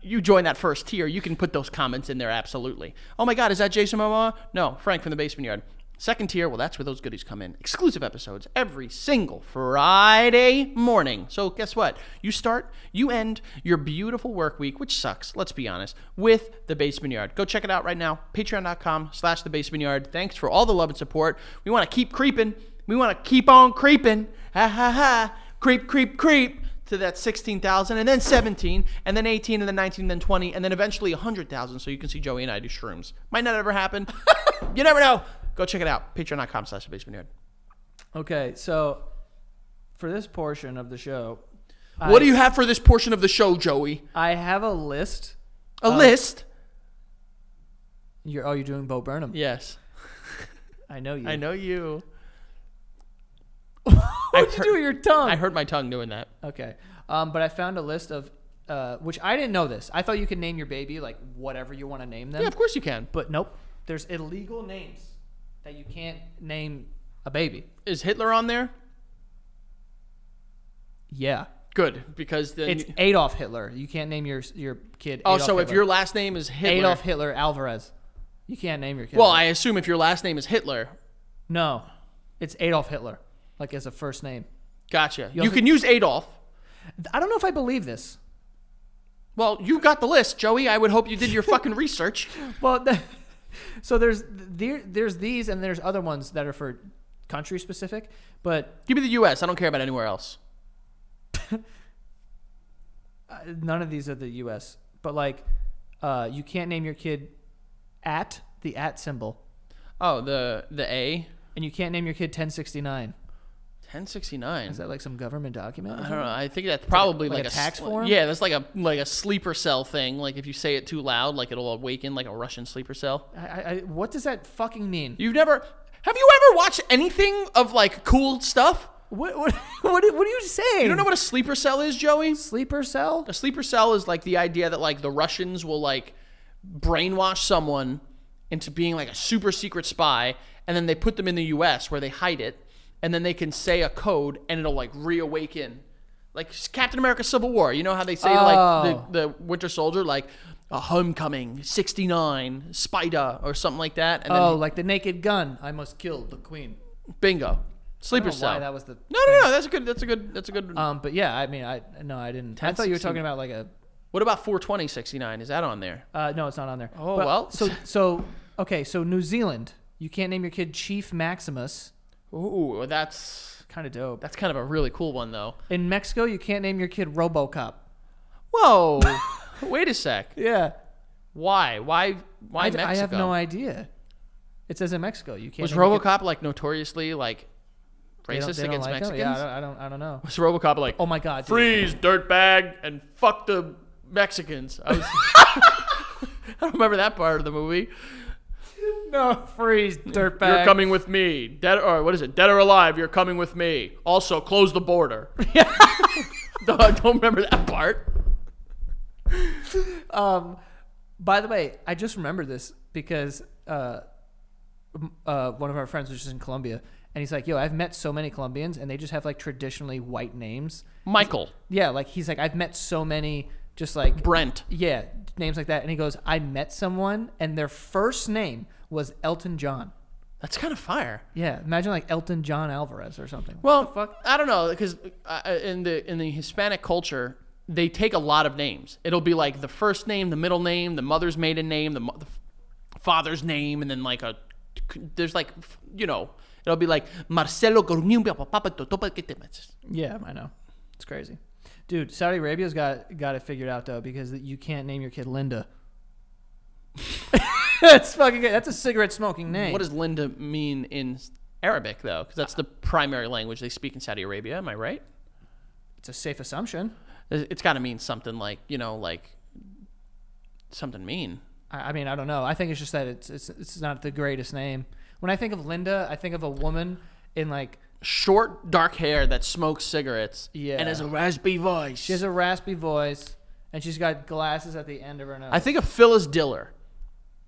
S2: you join that first tier, you can put those comments in there absolutely. Oh my God, is that Jason Momoa? No, Frank from the Basement Yard. Second tier, well, that's where those goodies come in. Exclusive episodes every single Friday morning. So, guess what? You start, you end your beautiful work week, which sucks, let's be honest, with The Basement Yard. Go check it out right now, patreon.com slash The Basement Yard. Thanks for all the love and support. We want to keep creeping. We want to keep on creeping. Ha ha ha. Creep, creep, creep to that 16,000 and then 17 and then 18 and then 19 and then 20 and then eventually 100,000 so you can see Joey and I do shrooms. Might not ever happen. you never know. Go check it out. Patreon.com slash The basement nerd.
S1: Okay, so for this portion of the show,
S2: What do you have for this portion of the show, Joey?
S1: I have a list.
S2: A list?
S1: You're oh, you're doing Bo Burnham.
S2: Yes.
S1: I know you.
S2: I know you.
S1: What'd you do with your tongue?
S2: I hurt my tongue doing that.
S1: Okay. Um, but I found a list of, uh, which I didn't know this. I thought you could name your baby like whatever you want to name them.
S2: Yeah, of course you can.
S1: But nope. There's illegal names that you can't name a baby.
S2: Is Hitler on there?
S1: Yeah.
S2: Good, because then.
S1: It's Adolf Hitler. You can't name your your kid.
S2: oh,
S1: Adolf
S2: so if
S1: Hitler.
S2: your last name is Hitler.
S1: Adolf Hitler Alvarez, you can't name your kid.
S2: well,
S1: that.
S2: I assume if your last name is Hitler,
S1: no, it's Adolf Hitler, like as a first name.
S2: gotcha. You,
S1: also-
S2: can use Adolf.
S1: I don't know if I believe this.
S2: Well, you got the list, Joey. I would hope you did your fucking research.
S1: Well, the, so there's there, there's these and there's other ones that are for country specific, but
S2: Give me the U.S. I don't care about anywhere else.
S1: uh, none of these are the U.S. But like, uh, you can't name your kid at the at symbol,
S2: Oh, the the A,
S1: and you can't name your kid 1069.
S2: ten sixty nine.
S1: Is that like some government document? or
S2: I
S1: something?
S2: don't know. I think that's probably
S1: like
S2: like,
S1: a
S2: a
S1: tax
S2: sl-
S1: form?
S2: Yeah, that's like a like a sleeper cell thing. Like if you say it too loud, like it'll awaken like a Russian sleeper cell.
S1: I, I, I, what does that fucking mean?
S2: You've never have you ever watched anything of like cool stuff?
S1: What what what, are- what are you saying?
S2: You don't know what a sleeper cell is, Joey?
S1: sleeper cell?
S2: A sleeper cell is like the idea that like the Russians will like brainwash someone into being like a super secret spy and then they put them in the US where they hide it and then they can say a code and it'll like reawaken like Captain America Civil War you know how they say
S1: Oh.
S2: like the, the Winter Soldier like a homecoming 69 spider or something like that and then
S1: Oh, like the Naked Gun. I must kill the queen.
S2: bingo sleeper
S1: I don't know why
S2: cell
S1: that was the
S2: no no no that's a good that's a good that's a good
S1: Um, but yeah, I mean, I no, I didn't. I thought you were talking about like a.
S2: what about 420 69 is that on there
S1: Uh, no, it's not on there.
S2: Oh,
S1: But-
S2: well.
S1: So so okay, so New Zealand, you can't name your kid Chief Maximus.
S2: ooh that's
S1: Kind of dope.
S2: That's kind of a really cool one, though.
S1: In Mexico, you can't name your kid RoboCop.
S2: Whoa! Wait a sec.
S1: Yeah,
S2: Why? Why? Why
S1: I,
S2: Mexico?
S1: I have no idea. It says in Mexico, you can't.
S2: Was
S1: name your kid-
S2: RoboCop like notoriously like
S1: they don't-
S2: racist
S1: they don't
S2: against
S1: like them?
S2: Mexicans?
S1: Yeah, I don't, I don't. I don't know.
S2: Was RoboCop like
S1: Oh my god. dude.
S2: freeze dirtbag and fuck the Mexicans? I, was, I don't remember that part of the movie.
S1: No, freeze, dirtbag.
S2: You're coming with me, dead or what is it? Dead or alive? You're coming with me. Also, close the border. No, I don't remember that part.
S1: Um, by the way, I just remembered this because uh, m- uh, one of our friends was just in Colombia, and he's like, "Yo, I've met so many Colombians, and they just have like traditionally white names."
S2: Michael
S1: Yeah, like he's like, "I've met so many just like
S2: Brent.
S1: yeah names like that," and he goes, "I met someone, and their first name was Elton John."
S2: That's kind of fire.
S1: Yeah, imagine like Elton John Alvarez or something.
S2: Well, I don't know because in the in the Hispanic culture, they take a lot of names. It'll be like the first name, the middle name, the mother's maiden name, the, mo- the f- father's name, and then like a there's like f- you know it'll be like Marcelo Coruña, Papa, Papa, Totopa, que te metes.
S1: Yeah, I know. It's crazy. Dude, Saudi Arabia's got got it figured out though because you can't name your kid Linda. that's fucking good. That's a cigarette smoking name.
S2: What does Linda mean in Arabic though? Because that's the primary language they speak in Saudi Arabia. Am I right?
S1: it's a safe assumption.
S2: It's got to mean something like you know like something mean.
S1: I, I mean, I don't know. I think it's just that it's, it's it's not the greatest name. When I think of Linda, I think of a woman in like
S2: short, dark hair that smokes cigarettes.
S1: Yeah.
S2: And has a raspy voice.
S1: she has a raspy voice and she's got glasses at the end of her nose.
S2: I think of Phyllis Diller.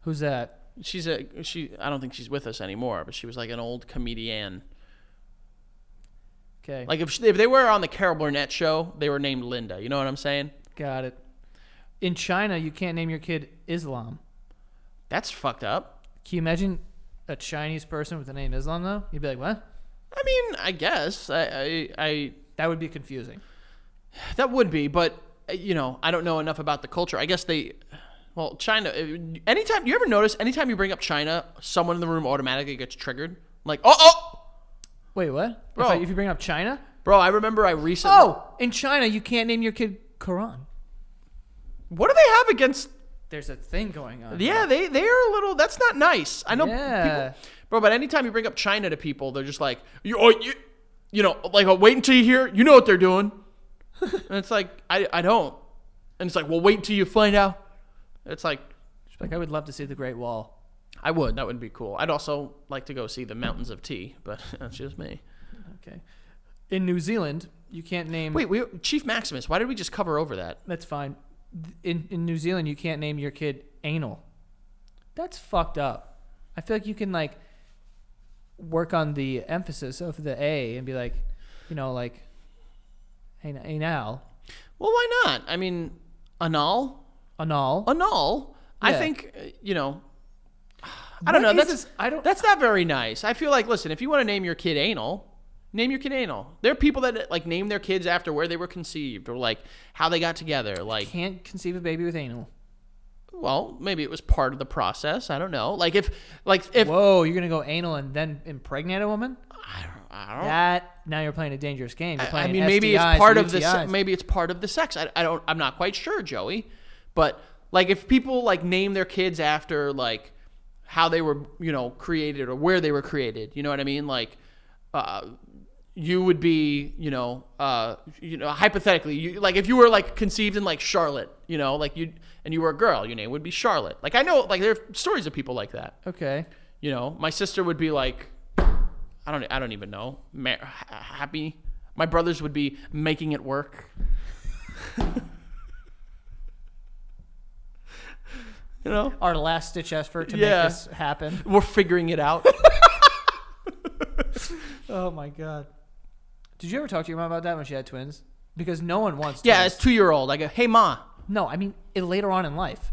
S1: Who's that?
S2: She's a she. I don't think she's with us anymore, but she was like an old comedian.
S1: Okay,
S2: Like if she, if they were on the Carol Burnett show, they were named Linda. You know what I'm saying?
S1: got it. In China, you can't name your kid Islam.
S2: That's fucked up.
S1: Can you imagine a Chinese person with the name Islam though, you'd be like, what?
S2: I mean, I guess I, I, I
S1: That would be confusing.
S2: That would be, but uh, you know, I don't know enough about the culture. I guess they, well, China. uh, Anytime you ever notice, anytime you bring up China, someone in the room automatically gets triggered. Like, oh, oh,
S1: Wait, what? If,
S2: Bro.
S1: I- if you bring up China?
S2: bro. I remember I recently.
S1: Oh, in China you can't name your kid Quran.
S2: what do they have against?
S1: There's a thing going on.
S2: Yeah, they they are a little. That's not nice. I know,
S1: Yeah.
S2: people, bro. But anytime you bring up China to people, they're just like, you, oh, you, you know, like, oh, wait until you hear. You know what they're doing. and it's like, I, I don't. And it's like, well, wait until you find out. It's like,
S1: She's like, I would love to see the Great Wall.
S2: I would. That would be cool. I'd also like to go see the mountains of tea, but that's just me.
S1: Okay. In New Zealand, you can't name.
S2: Wait, we Chief Maximus. Why did we just cover over that?
S1: That's fine. In, in New Zealand, you can't name your kid anal. That's fucked up. I feel like you can, like, work on the emphasis of the A and be like, you know, like, an- anal.
S2: Well, why not? I mean, anal,
S1: Anal.
S2: anal. I
S1: Yeah.
S2: think uh, you know. I
S1: What
S2: don't know.
S1: is
S2: That's
S1: this- I don't.
S2: that's not very nice. I feel like listen, if you want to name your kid anal, name your kid anal. There are people that like name their kids after where they were conceived or like how they got together. Like
S1: can't conceive a baby with anal.
S2: well, maybe it was part of the process. I don't know. Like if like if
S1: Whoa, you're gonna go anal and then impregnate a woman?
S2: I don't, I don't
S1: That now you're playing a dangerous game. You're
S2: Oh. I-
S1: playing
S2: I mean, maybe it's
S1: STIs,
S2: part of the se-
S1: UTIs.
S2: maybe it's part of the sex. I, I don't. I'm not quite sure, Joey. But like, if people like name their kids after like how they were, you know, created or where they were created, you know what I mean? Like, uh, you would be, you know, uh, you know, hypothetically, you like if you were like conceived in like Charlotte, you know, like you and you were a girl, your name would be Charlotte. Like I know, like there are stories of people like that.
S1: Okay.
S2: You know, my sister would be like, I don't, I don't even know, ma- ha- happy. My brothers would be making it work. you know,
S1: Our last ditch effort to
S2: Yeah.
S1: make this happen.
S2: we're figuring it out.
S1: Oh my god. Did you ever talk to your mom about that when she had twins? Because no one wants.
S2: yeah,
S1: Twins.
S2: as two year old, I go, hey ma,
S1: No, I mean it later on in life.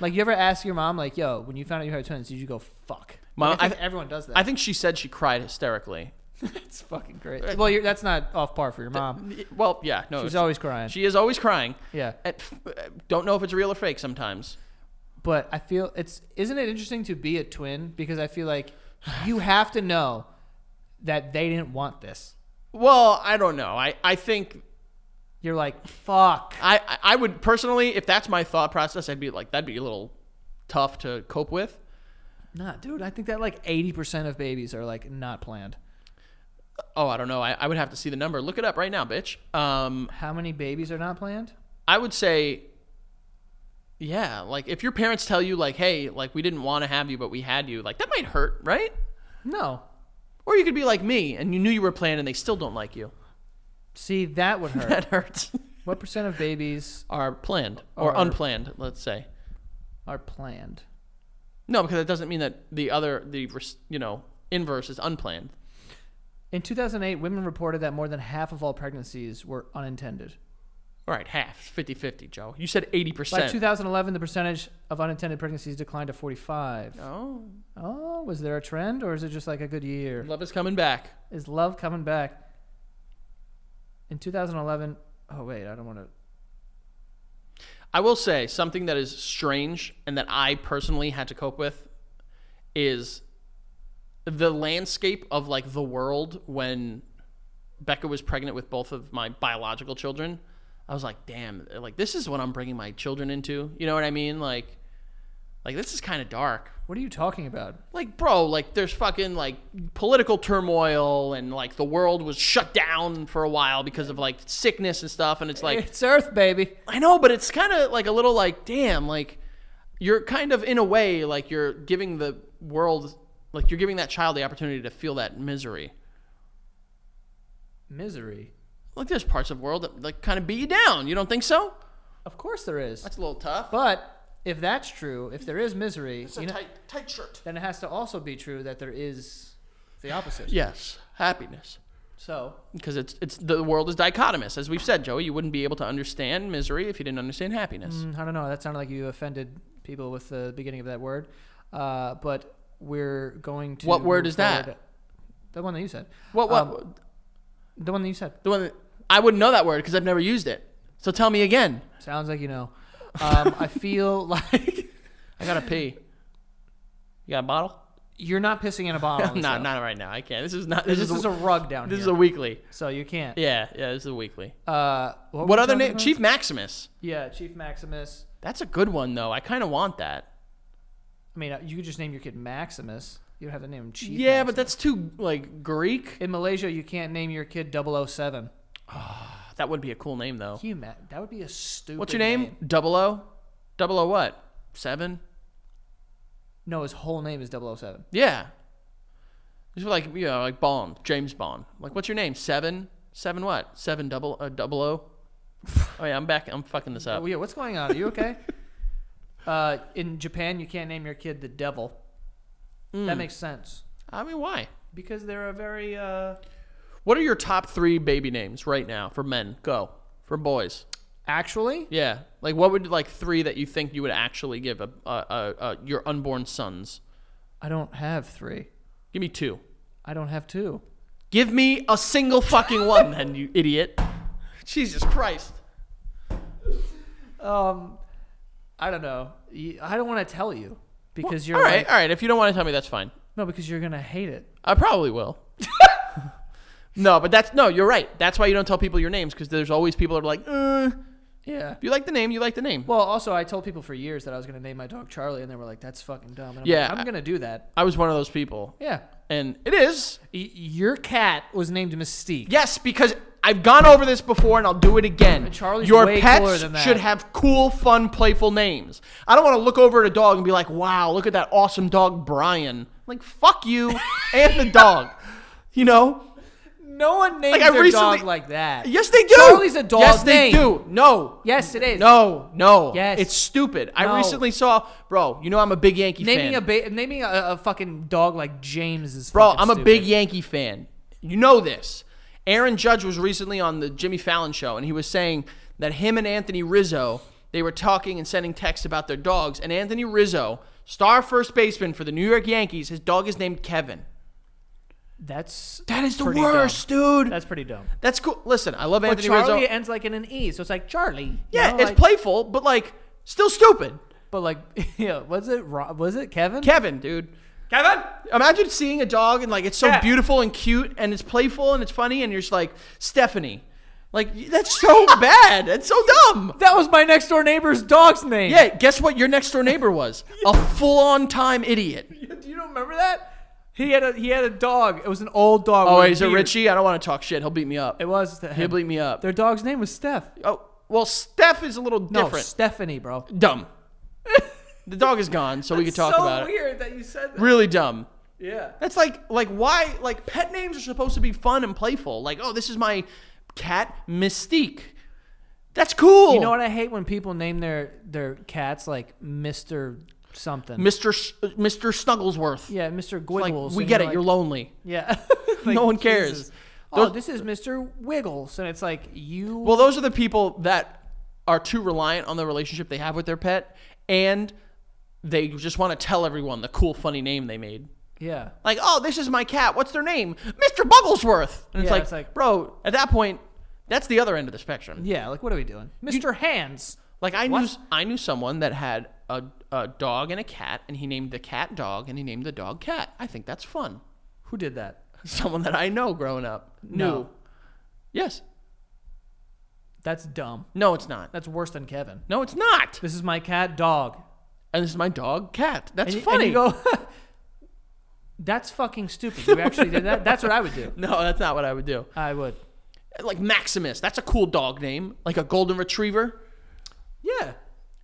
S1: Like you ever ask your mom, like, "Yo, when you found out you had twins, did you go fuck?"
S2: Mom,
S1: Like, I think
S2: I-
S1: everyone does that.
S2: I think she said she cried hysterically.
S1: it's fucking great. Well, you're, that's not off par for your mom.
S2: Well, yeah, no,
S1: She's always crying.
S2: she is always crying.
S1: yeah.
S2: And f- don't know if it's real or fake sometimes.
S1: but I feel it's isn't it interesting to be a twin because I feel like you have to know that they didn't want this.
S2: Well, I don't know. I, I think
S1: You're like, fuck.
S2: I, I- I would personally, if that's my thought process, I'd be like, that'd be a little tough to cope with.
S1: Nah, dude, I think that like 80% of babies are like not planned.
S2: Oh, I don't know. I, I would have to see the number. Look it up right now, bitch. Um,
S1: How many babies are not planned?
S2: I would say, yeah, like if your parents tell you, like, hey, like we didn't want to have you, but we had you, like that might hurt, right?
S1: No.
S2: Or you could be like me and you knew you were planned and they still don't like you.
S1: See, that would hurt.
S2: That hurts.
S1: what percent of babies
S2: Are planned or
S1: Are-
S2: unplanned, let's say.
S1: are planned?
S2: No, because that doesn't mean that the other, the, res- you know, inverse is unplanned.
S1: In 2008, women reported that more than half of all pregnancies were unintended.
S2: All right, half, 50 50, Joe. You said 80%.
S1: By 2011, the percentage of unintended pregnancies declined to 45.
S2: Oh,
S1: Oh, was there a trend or is it just like a good year?
S2: love is coming back.
S1: Is love coming back? In 2011. Oh wait, I don't want to.
S2: I will say something that is strange and that I personally had to cope with is the landscape of like the world when Becca was pregnant with both of my biological children. I was like, damn, like this is what I'm bringing my children into. You know what I mean? Like, like this is kind of dark.
S1: What are you talking about?
S2: Like, bro, like there's fucking like political turmoil and like the world was shut down for a while because of like sickness and stuff. And it's like,
S1: it's Earth, baby.
S2: I know, but it's kind of like a little like, damn, like you're kind of in a way like you're giving the world, like you're giving that child the opportunity to feel that misery.
S1: Misery.
S2: Like there's parts of the world that like kind of beat you down. You don't think so?
S1: Of course there is.
S2: That's a little tough.
S1: But if that's true, if there is misery,
S2: it's a
S1: you know,
S2: tight, tight shirt.
S1: then it has to also be true that there is the opposite.
S2: Yes, happiness.
S1: So
S2: Because it's it's the world is dichotomous, as we've said, Joey. You wouldn't be able to understand misery if you didn't understand happiness.
S1: mm, I don't know. That sounded like you offended people with the beginning of that word. Uh, but we're going to.
S2: What word
S1: move
S2: is that?
S1: forward- The one that you said.
S2: What? What?
S1: Um, the one that you said.
S2: the one that, I wouldn't know that word because I've never used it. So tell me again.
S1: Sounds like you know. Um, I feel like
S2: I gotta pee. You got a bottle?
S1: you're not pissing in a bottle. on
S2: no,
S1: this, though.
S2: not right now. I can't. This is not. This,
S1: This
S2: is,
S1: is
S2: a,
S1: a rug down
S2: this
S1: here,
S2: is a weekly.
S1: so you can't.
S2: Yeah, yeah. This is a weekly.
S1: Uh, what
S2: What
S1: were we
S2: other
S1: talking
S2: name?
S1: about?
S2: Chief Maximus.
S1: Yeah, Chief Maximus.
S2: That's a good one though. I kind of want that.
S1: I mean, uh, you could just name your kid Maximus. You don't have to name him Chief.
S2: yeah,
S1: Maximus.
S2: but that's too like Greek.
S1: in Malaysia, you can't name your kid 007.
S2: Ah, That would be a cool name though.
S1: Can you ma- that would be a stupid.
S2: What's your name? Double O. Double O what? Seven.
S1: No, his whole name is 007.
S2: Yeah. Just like you know, like Bond, James Bond. Like, what's your name? Seven. Seven what? Seven double uh, double O. oh yeah, I'm back. I'm fucking this up.
S1: Oh yeah, what's going on? Are you okay? uh, in Japan, you can't name your kid the devil.
S2: Hmm.
S1: That makes sense
S2: I mean, why?
S1: because they're a very. Uh,
S2: What are your top three baby names right now for men? Go for boys.
S1: actually,
S2: Yeah, like what would like three that you think you would actually give a, a, a, a your unborn sons?
S1: I don't have three.
S2: Give me two.
S1: I don't have two.
S2: Give me a single fucking one, then you idiot. Jesus Christ.
S1: Um, I don't know. You- I don't want to tell you because you're
S2: all right,
S1: like-
S2: all right. If you don't want to tell me, that's fine.
S1: no, because you're gonna hate it.
S2: I probably will. no, but that's no. You're right. That's why you don't tell people your names because there's always people that are like, uh,
S1: Yeah.
S2: if you like the name, you like the name.
S1: Well, also, I told people for years that I was gonna name my dog Charlie, and they were like, "That's fucking dumb." And I'm
S2: Yeah,
S1: like,
S2: I-
S1: I'm gonna do that.
S2: I was one of those people,
S1: Yeah.
S2: and it is
S1: Y- your cat was named Mystique.
S2: yes because I've gone over this before and I'll do it again.
S1: Charlie's
S2: your
S1: way
S2: pets
S1: cooler than that.
S2: should have cool, fun, playful names. I don't want to look over at a dog and be like, "Wow, look at that awesome dog, Brian." Like, fuck you and the dog. You know.
S1: No one names
S2: I
S1: their
S2: recently-
S1: dog like that.
S2: Yes, they do.
S1: Charlie's a dog
S2: Yes,
S1: name.
S2: they do. No.
S1: Yes, it is.
S2: No, no.
S1: Yes.
S2: It's stupid. I
S1: No.
S2: recently saw, bro, you know I'm a big Yankee
S1: Naming
S2: fan.
S1: a ba- naming a, a fucking dog like James is
S2: bro,
S1: fucking
S2: I'm a
S1: stupid.
S2: big Yankee fan. You know this. Aaron Judge was recently on the Jimmy Fallon show, and he was saying that him and Anthony Rizzo, they were talking and sending texts about their dogs, and Anthony Rizzo, star first baseman for the New York Yankees, his dog is named Kevin.
S1: That's
S2: That is the
S1: pretty
S2: worst, dude.
S1: Dumb. That's pretty dumb.
S2: That's cool. Listen, I love
S1: But
S2: Anthony
S1: Charlie
S2: Rizzo.
S1: ends like in an E, so it's like Charlie. you
S2: Yeah,
S1: know,
S2: it's
S1: like-
S2: playful, but like still stupid.
S1: But like, yeah, was it Ro- was it Kevin?
S2: Kevin, dude.
S1: Kevin.
S2: Imagine seeing a dog and like it's so
S1: Yeah.
S2: beautiful and cute and it's playful and it's funny and you're just like Stephanie. Like y- that's so bad. That's so dumb.
S1: That was my next door neighbor's dog's name.
S2: Yeah, guess what your next door neighbor was? A full-on time idiot.
S1: Do you don't remember that? He had a he had a dog. It was an old dog.
S2: Oh,
S1: with
S2: is it
S1: beard.
S2: Richie? I don't want to talk shit. He'll beat me up.
S1: It was the-
S2: He'll
S1: him.
S2: beat me up.
S1: Their dog's name was Steph.
S2: Oh, well, Steph is a little
S1: No,
S2: different.
S1: Stephanie, bro.
S2: dumb. the dog is gone, so we could talk
S1: so
S2: about it.
S1: weird that you said that.
S2: Really dumb.
S1: yeah.
S2: That's like like why like pet names are supposed to be fun and playful. Like, oh, this is my cat Mystique. That's cool.
S1: You know what I hate when people name their their cats like Mister something.
S2: Mr. S- Mr. Snugglesworth.
S1: yeah, Mister
S2: like
S1: Gwiggles.
S2: we
S1: and
S2: get it.
S1: like-
S2: You're lonely.
S1: yeah.
S2: No one cares.
S1: Jesus. Oh,
S2: Those-
S1: this is Mister Wiggles, and it's like you.
S2: Well, those are the people that are too reliant on the relationship they have with their pet, and they just want to tell everyone the cool, funny name they made.
S1: yeah.
S2: Like, oh, this is my cat. What's their name? Mr. Bugglesworth. And it's,
S1: Yeah,
S2: like,
S1: it's like-
S2: bro, at that point, that's the other end of the spectrum.
S1: Yeah. Like, what are we doing, Mister Hands?
S2: Like I knew
S1: What?
S2: I knew someone that had a, a dog and a cat, and he named the cat dog, and he named the dog cat. I think that's fun.
S1: Who did that?
S2: Someone that I know growing up. knew.
S1: No.
S2: Yes.
S1: That's dumb.
S2: No, it's not.
S1: That's worse than Kevin.
S2: No, it's not.
S1: This is my cat dog.
S2: And this is my dog cat. That's
S1: And you-
S2: funny.
S1: And you go, that's fucking stupid. You actually did that? That's what I would do.
S2: no, that's not what I would do.
S1: I would.
S2: Like Maximus. That's a cool dog name. Like a golden retriever.
S1: Yeah.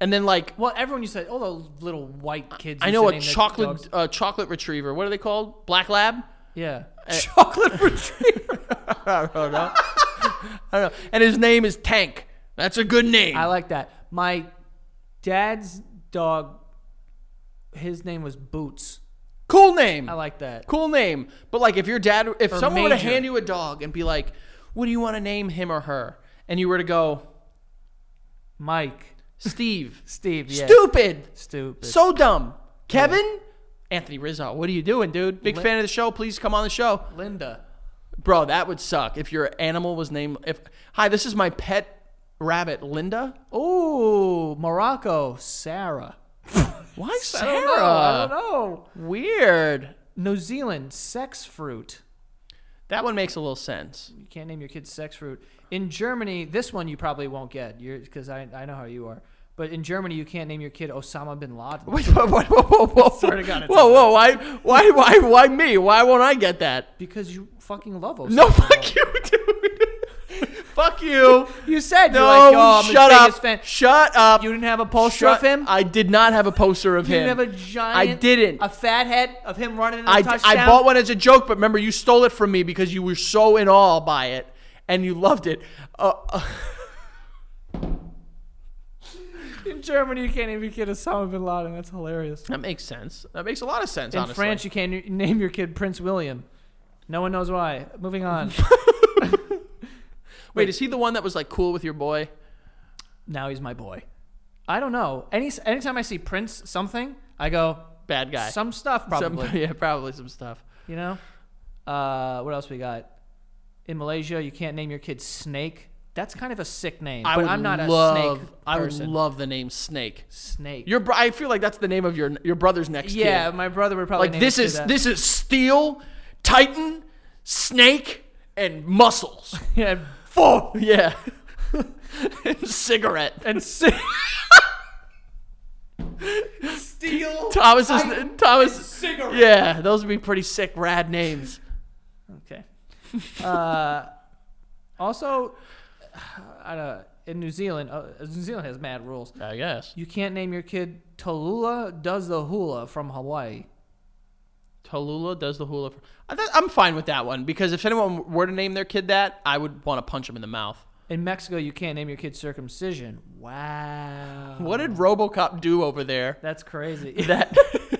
S2: And then like
S1: Well, everyone used to, all those little white kids.
S2: I
S1: used
S2: know
S1: to
S2: a
S1: name their
S2: chocolate
S1: dogs-
S2: uh, chocolate retriever. What are they called? Black lab.
S1: Yeah. Eh, chocolate retriever.
S2: I don't know. I don't know. And his name is Tank. That's a good name.
S1: I like that. My dad's dog, his name was Boots.
S2: cool name.
S1: I like that.
S2: cool name. But like if your dad if someone were to
S1: major.
S2: hand you a dog and be like, What do you want to name him or her? And you were to go,
S1: Mike.
S2: Steve.
S1: Steve. Yeah.
S2: Stupid.
S1: Stupid.
S2: So dumb. Kevin? Anthony Rizzo, what are you doing, dude? Big fan of the show. Please come on the show.
S1: Linda.
S2: Bro, that would suck if your animal was named if Hi, this is my pet rabbit, Linda.
S1: Oh, Morocco. Sarah.
S2: Why
S1: I don't know. I don't
S2: Sarah?
S1: know.
S2: Weird.
S1: New Zealand. Sex fruit.
S2: That one makes a little sense.
S1: You can't name your kid sex fruit. In Germany, this one you probably won't get because I, I know how you are. But in Germany, you can't name your kid Osama bin Laden.
S2: Wait, whoa, whoa, whoa, whoa, whoa.
S1: Swear to God, it's
S2: whoa, whoa, why, why, why, why me? Why won't I get that?
S1: Because you fucking love Osama.
S2: No,
S1: bin
S2: fuck you, dude. fuck you.
S1: Laden. You said
S2: No,
S1: you're like, oh, I'm his
S2: shut up.
S1: biggest fan.
S2: Shut up.
S1: You didn't have a poster
S2: Shut-
S1: of him.
S2: I did not have a poster of
S1: you
S2: him.
S1: didn't have a giant.
S2: didn't.
S1: A fat head of him running in a
S2: I,
S1: touchdown.
S2: I bought one as a joke, but remember, you stole it from me because you were so in awe by it and you loved it. Uh, uh,
S1: In Germany, you can't name your kid Osama bin Laden. That's hilarious.
S2: that makes sense. That makes a lot of sense,
S1: In
S2: honestly.
S1: France, you can't n- name your kid Prince William. No one knows why. Moving on.
S2: Wait, is he the one that was like cool with your boy?
S1: now he's my boy. I don't know. Any anytime I see Prince something, I go
S2: Bad guy.
S1: some stuff
S2: Some-
S1: probably.
S2: yeah, probably some stuff.
S1: You know. Uh, what else we got? In Malaysia, you can't name your kid Snake. That's kind of a sick name.
S2: I
S1: but
S2: would
S1: I'm not a
S2: love,
S1: snake
S2: I would
S1: person.
S2: love the name Snake.
S1: snake.
S2: Your bro- I feel like that's the name of your your brother's next kid.
S1: yeah, my brother would probably
S2: Like
S1: name
S2: this
S1: his kid
S2: is
S1: that.
S2: this is Steel, Titan, Snake, and Muscles.
S1: yeah,
S2: Four. Yeah. Cigarette.
S1: and si- steel.
S2: Thomas is Thomas.
S1: cigarette.
S2: Yeah, those would be pretty sick, rad names.
S1: Okay. Uh, also, I don't, in New Zealand, uh, New Zealand has mad rules.
S2: I guess.
S1: You can't name your kid Tallulah does the hula from Hawaii.
S2: Tallulah does the hula. For, I th- I'm fine with that one because if anyone were to name their kid that, I would want to punch him in the mouth.
S1: In Mexico, you can't name your kid circumcision. Wow.
S2: What did RoboCop do over there?
S1: That's crazy.
S2: That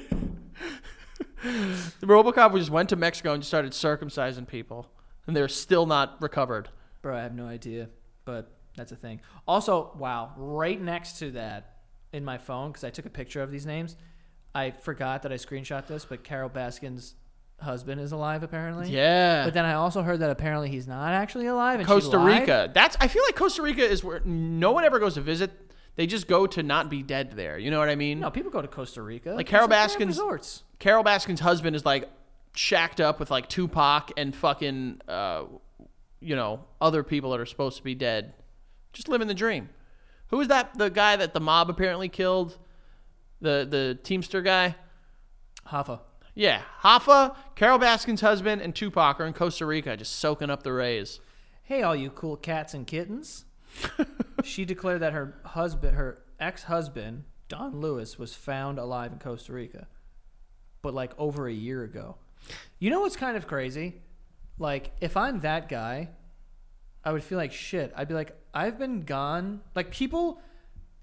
S2: the RoboCop just went to Mexico and just started circumcising people, and they're still not recovered.
S1: Bro, I have no idea, but that's a thing. Also, wow, right next to that in my phone, because I took a picture of these names, I forgot that I screenshot this, but Carol Baskin's husband is alive apparently.
S2: Yeah.
S1: But then I also heard that apparently he's not actually alive. And she
S2: Costa
S1: lied.
S2: Rica. That's I feel like Costa Rica is where no one ever goes to visit. They just go to not be dead there. You know what I mean?
S1: No, people go to Costa Rica.
S2: Like Carol
S1: It's damn
S2: Baskin's-
S1: resorts.
S2: Carol Baskin's husband is like shacked up with like Tupac and fucking uh, you know other people that are supposed to be dead, just living the dream. Who is that? The guy that the mob apparently killed, the the Teamster guy.
S1: Hoffa.
S2: Yeah, Hoffa, Carol Baskin's husband, and Tupac are in Costa Rica, just soaking up the rays.
S1: Hey, all you cool cats and kittens. she declared that her husband, her ex-husband Don Lewis, was found alive in Costa Rica, but like over a year ago. You know what's kind of crazy? Like, if I'm that guy, I would feel like shit. I'd be like, I've been gone. Like, people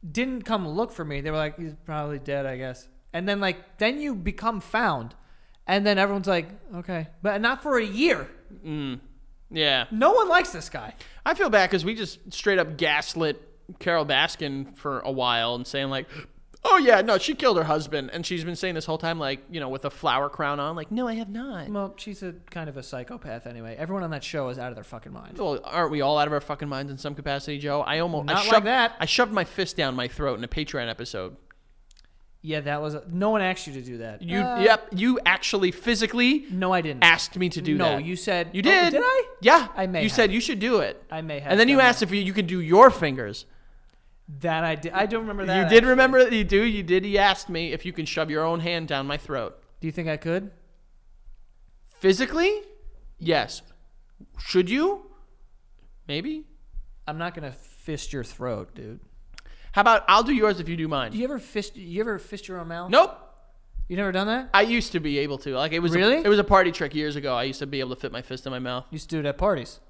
S1: didn't come look for me. They were like, he's probably dead, I guess. And then like, then you become found, and then everyone's like, okay, but not for a year.
S2: Yeah,
S1: No one likes this guy.
S2: I feel bad because we just straight up gaslit Carol Baskin for a while and saying like, "Oh yeah, no, she killed her husband," and she's been saying this whole time like, you know, with a flower crown on, like, "No, I have not."
S1: Well, she's a kind of a psychopath anyway. Everyone on that show is out of their fucking mind.
S2: Well, aren't we all out of our fucking minds in some capacity, Joe? I almost
S1: Not
S2: I
S1: like
S2: shoved,
S1: that.
S2: I shoved my fist down my throat in a Patreon episode.
S1: Yeah, that was. A, no one asked you to do that.
S2: You,
S1: Uh,
S2: yep, you actually physically
S1: No, I didn't.
S2: asked me to do
S1: no,
S2: that.
S1: you said
S2: you
S1: oh,
S2: did.
S1: did I?
S2: Yeah,
S1: I may
S2: You
S1: have.
S2: said you should do it,
S1: I may have.
S2: and then you
S1: done
S2: asked if you, you could do your fingers.
S1: that. that I did. I do remember that.
S2: you
S1: actually.
S2: did remember that you do. You did. He asked me if you can shove your own hand down my throat.
S1: Do you think I could?
S2: Physically, yes. Should you? Maybe.
S1: I'm not gonna fist your throat, dude.
S2: How about I'll do yours if you do
S1: Do
S2: mine?
S1: you ever fist? You ever fist your own mouth?
S2: Nope.
S1: You never done that?
S2: I used to be able to. Like it was a-
S1: Really?
S2: it was a party trick years ago. I used to be able to fit my fist in my mouth.
S1: You used to do it at parties.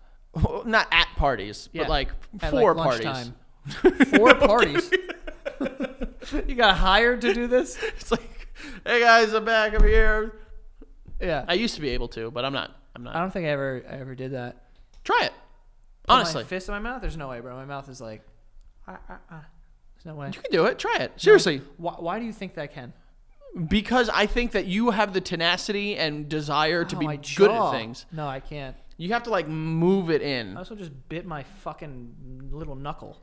S2: Not at parties,
S1: Yeah.
S2: but like
S1: At,
S2: four
S1: like,
S2: parties.
S1: lunchtime. Four parties. you got hired to do this?
S2: It's like, hey guys, I'm back. I'm here.
S1: Yeah.
S2: I used to be able to, but I'm not. I'm not.
S1: I don't think I ever I ever did that.
S2: Try
S1: Uh,
S2: it.
S1: Put
S2: Honestly,
S1: my fist in my mouth. There's no way, bro. My mouth is like, ah, ah, ah. there's no way.
S2: you can do it. Try it. Seriously.
S1: Why, why do you think that I can?
S2: because I think that you have the tenacity and desire to
S1: Oh,
S2: be
S1: my
S2: good
S1: jaw. Oh,
S2: at things.
S1: No, I can't.
S2: You have to like move it in.
S1: I also just bit my fucking little knuckle.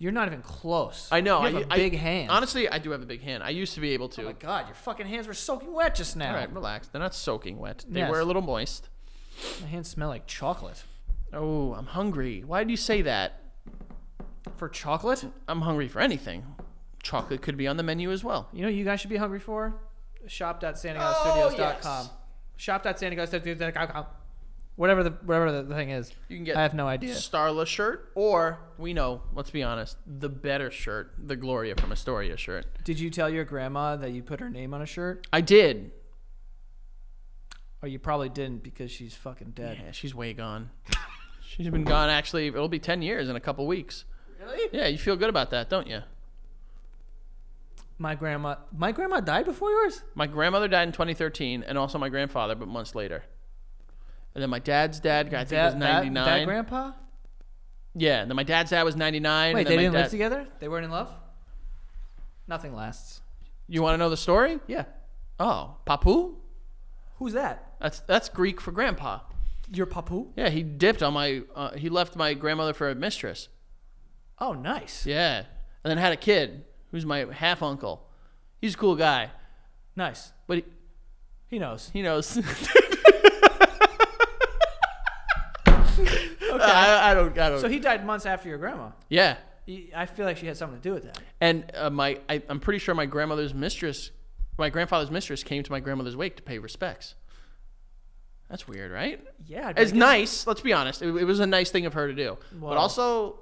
S1: You're not even close.
S2: I know.
S1: You have
S2: I
S1: a
S2: I-
S1: big hand.
S2: Honestly, I do have a big hand. I used to be able
S1: oh
S2: to.
S1: my god, your fucking hands were soaking wet just now.
S2: All right, relax. They're not soaking wet. They
S1: Yes.
S2: were a little moist.
S1: My hands smell like chocolate.
S2: Oh, I'm hungry. Why do you say that?
S1: For chocolate?
S2: I'm hungry for anything. Chocolate could be on the menu as well.
S1: You know, what you guys should be hungry for shop.sandygodstudios.com.
S2: yes.
S1: Shop.sandygodstudios.com. Whatever the whatever the- the thing is.
S2: You can get
S1: I have no idea.
S2: Starla shirt, or we know. Let's be honest. The better shirt, the Gloria from Astoria shirt.
S1: Did you tell your grandma that you put her name on a shirt?
S2: I did.
S1: Or you probably didn't because she's fucking dead.
S2: Yeah, she's way gone. she's been gone. Actually, it'll be ten years in a couple weeks.
S1: Really?
S2: Yeah, you feel good about that, don't you?
S1: My grandma my grandma died before yours?
S2: My grandmother died in 2013, and also my grandfather, but months later. And then my dad's dad, I think, was 99.
S1: That, that grandpa?
S2: yeah, and then my dad's dad was 99.
S1: Wait,
S2: and
S1: they
S2: then my
S1: didn't
S2: dad-
S1: live together? They weren't in love? Nothing lasts.
S2: You want to know the story?
S1: Yeah.
S2: Oh, Papu?
S1: Who's that?
S2: That's that's Greek for grandpa.
S1: Your papu?
S2: Yeah, he dipped on my. Uh, he left my grandmother for a mistress.
S1: Oh, nice.
S2: Yeah, and then had a kid who's my half uncle. He's a cool guy,
S1: Nice.
S2: but he,
S1: He knows.
S2: he knows. I, I don't. I don't.
S1: So he died months after your grandma.
S2: yeah,
S1: He- I feel like she had something to do with that.
S2: and uh, my I, I'm pretty sure my grandmother's mistress, my grandfather's mistress, came to my grandmother's wake to pay respects. That's weird, right?
S1: Yeah. I'd be
S2: It's
S1: like,
S2: nice. Let's be honest. It, it was a nice thing of her to do,
S1: Wow.
S2: but also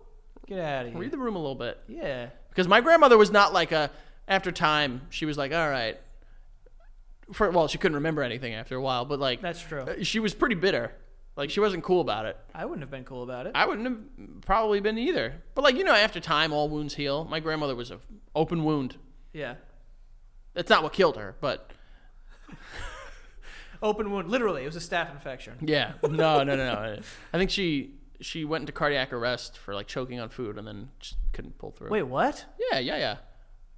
S1: Get out of here.
S2: read the room a little bit.
S1: Yeah.
S2: because my grandmother was not like a after time she was like all right for well she couldn't remember anything after a while but like
S1: That's true.
S2: uh, she was pretty bitter like she wasn't cool about it
S1: I wouldn't have been cool about it.
S2: i wouldn't have probably been either but like you know after time all wounds heal my grandmother was a open wound
S1: Yeah.
S2: that's not what killed her but
S1: Open wound. Literally, it was a staph infection.
S2: yeah no no no no i think she she went into cardiac arrest for like choking on food and then just couldn't pull through
S1: Wait, what?
S2: yeah yeah yeah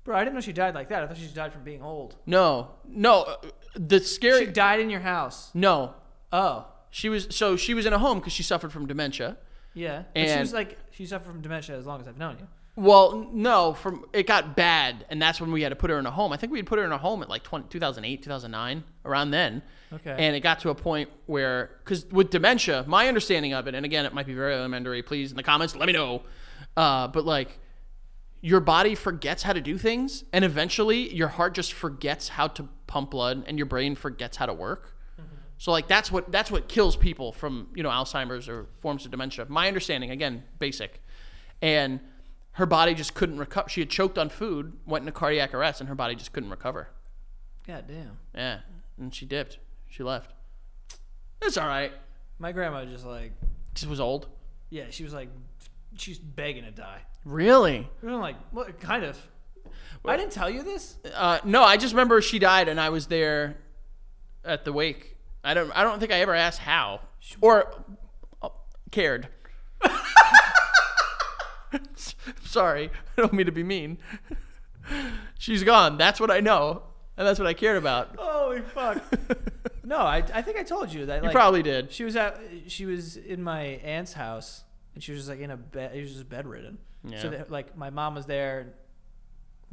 S1: Bro, I didn't know she died like that. I thought she died from being old.
S2: no no uh, the
S1: She
S2: scary
S1: died in your house.
S2: no
S1: Oh.
S2: She was so she was in a home because she suffered from dementia.
S1: Yeah. But she
S2: And-
S1: was like, she suffered from dementia as long as I've known you.
S2: Well, no, from it got bad, and that's when we had to put her in a home. I think we had put her in a home at like 20, 2008, 2009, around then.
S1: Okay.
S2: And it got to a point where, because with dementia, my understanding of it, and again, it might be very elementary. Please, in the comments, let me know. Uh, but like, your body forgets how to do things, and eventually, your heart just forgets how to pump blood, and your brain forgets how to work. So like that's what that's what kills people from you know Alzheimer's or forms of dementia. My understanding, again, basic, and her body just couldn't recover. She had choked on food, went into cardiac arrest, and her body just couldn't recover.
S1: God damn.
S2: Yeah, and she dipped. She left. It's all right.
S1: My grandma was just like,
S2: She was old.
S1: yeah, she was like, she's begging to die.
S2: Really?
S1: We were like, what? Kind of. I didn't tell you this.
S2: Uh, no, I just remember she died, and I was there at the wake. I don't. I don't think I ever asked how or uh, cared. Sorry, I don't mean to be mean. She's gone. That's what I know, and that's what I cared about.
S1: Holy fuck. no, I, I think I told you that.
S2: You
S1: like,
S2: probably did.
S1: She was at. She was in my aunt's house, and she was just like in a bed. She was just bedridden.
S2: Yeah.
S1: So that, like my mom was there. And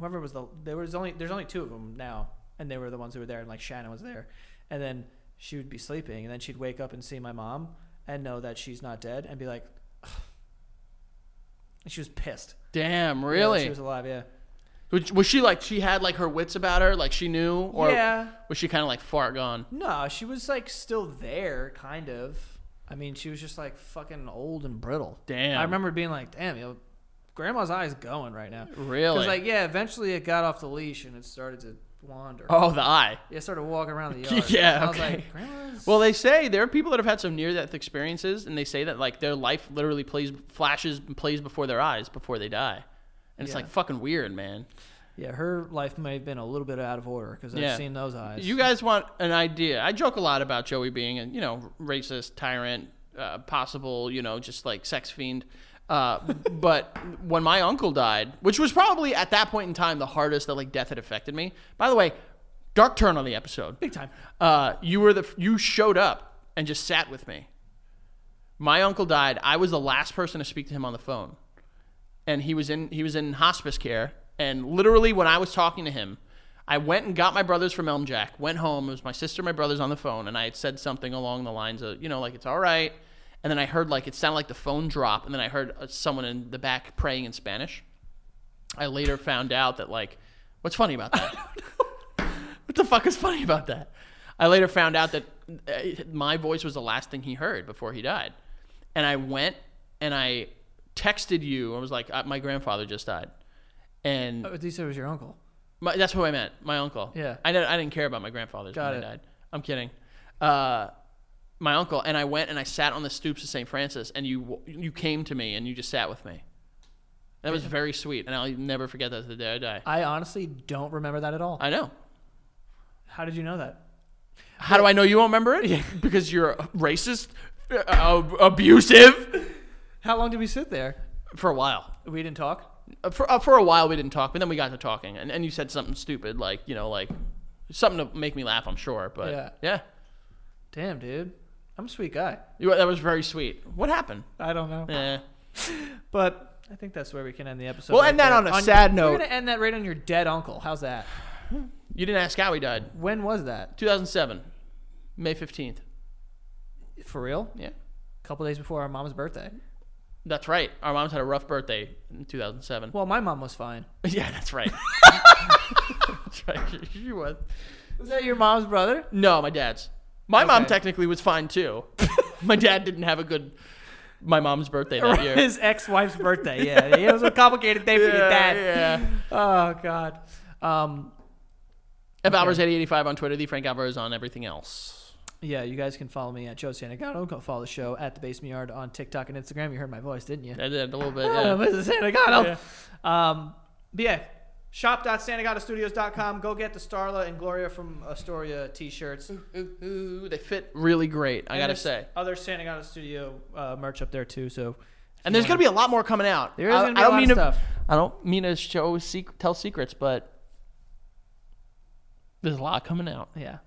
S1: whoever was the there was only there's only two of them now, and they were the ones who were there, and like Shannon was there, and then she would be sleeping, and then she'd wake up and see my mom and know that she's not dead, and be like, and she was pissed.
S2: Damn,
S1: Yeah, that
S2: really?
S1: she was alive. Yeah.
S2: was, was she like she had like her wits about her, like she knew, or
S1: yeah.
S2: was she kind of like far gone?
S1: No, she was like still there, kind of. I mean, she was just like fucking old and brittle.
S2: Damn.
S1: I remember being like, damn, yo, grandma's eyes going right now.
S2: Really?
S1: Because like, yeah, eventually it got off the leash and it started to wander.
S2: oh, the eye.
S1: Yeah, it started walking around the yard.
S2: Yeah,
S1: And I was
S2: okay.
S1: like, grandma's.
S2: Well, they say there are people that have had some near-death experiences, and they say that like their life literally plays flashes and plays before their eyes before they die, and it's
S1: Yeah.
S2: like fucking weird, man.
S1: yeah, her life may have been a little bit out of order because I've
S2: Yeah.
S1: seen those eyes.
S2: You guys want an idea? I joke a lot about Joey being a you know racist, tyrant, uh, possible you know just like sex fiend. Uh, but when my uncle died, which was probably at that point in time the hardest that like death had affected me. By the way, dark turn on the episode.
S1: Big time.
S2: Uh, you were the you showed up and just sat with me. My uncle died. I was the last person to speak to him on the phone, and he was in he was in hospice care. And literally, when I was talking to him, I went and got my brothers from Elm Jack. Went home. It was my sister, and my brothers on the phone, and I had said something along the lines of you know like it's all right. And then I heard like it sounded like the phone drop, and then I heard uh, someone in the back praying in Spanish. I later found out that like, what's funny about that? What the fuck is funny about that? I later found out that uh, my voice was the last thing he heard before he died. And I went and I texted you. I was like, uh, my grandfather just died. And
S1: Oh, you said it was your uncle.
S2: my, that's who I meant, my uncle.
S1: Yeah.
S2: I didn't, I didn't care about my grandfather's
S1: Got
S2: when
S1: it.
S2: I died. I'm kidding. Uh, my uncle and I went and I sat on the stoops of St. Francis, and you w- you came to me and you just sat with me. That was very sweet, and I'll never forget that to the day I die.
S1: I honestly don't remember that at all.
S2: I know.
S1: How did you know that?
S2: How do I know you won't remember it? Because you're racist, uh, abusive.
S1: How long did we sit there?
S2: For a while.
S1: We didn't talk.
S2: Uh, For, uh, for a while, we didn't talk, but then we got to talking, and, and you said something stupid, like, you know, like something to make me laugh, I'm sure. But
S1: Yeah.
S2: yeah.
S1: Damn, dude. I'm a sweet guy.
S2: You- that was very sweet. What happened?
S1: I don't know.
S2: Eh.
S1: But I think that's where we can end the episode.
S2: We'll
S1: right
S2: end that
S1: there.
S2: on a sad
S1: We're
S2: note.
S1: going to end that right on your dead uncle. How's that?
S2: You didn't ask how he died.
S1: When was that?
S2: 2007, May 15th.
S1: For real?
S2: Yeah.
S1: A couple days before our mom's birthday.
S2: That's right. Our mom's had a rough birthday in 2007.
S1: Well, my mom was fine.
S2: yeah, that's right. that's right. She, she was.
S1: Was that your mom's brother?
S2: No, my dad's. My mom
S1: Okay.
S2: technically was fine too. my dad didn't have a good my mom's birthday that year.
S1: His ex-wife's birthday. Yeah, it was a complicated day for your dad.
S2: yeah.
S1: Oh God. Um,
S2: F Alvarez eighty eighty five on Twitter, the Frank Alvarez on everything else.
S1: yeah, you guys can follow me at Joe Santagato. Go follow the show at the Basement Yard on TikTok and Instagram. You heard my voice, didn't you?
S2: I did a little bit.
S1: Yeah.
S2: Yeah.
S1: Mrs. Santagato. Um, but yeah, shop.santagatostudios.com. Go get the Starla and Gloria from Astoria t-shirts.
S2: Ooh, ooh, they fit really great, I
S1: And
S2: gotta
S1: there's
S2: say.
S1: other Santagato Studio uh, merch up there too. So
S2: And there's gonna be a lot more coming out.
S1: There is
S2: I,
S1: gonna be
S2: I
S1: a
S2: don't
S1: lot
S2: mean
S1: of
S2: to,
S1: stuff.
S2: I don't mean to show sec- tell secrets, but there's a lot coming out.
S1: Yeah.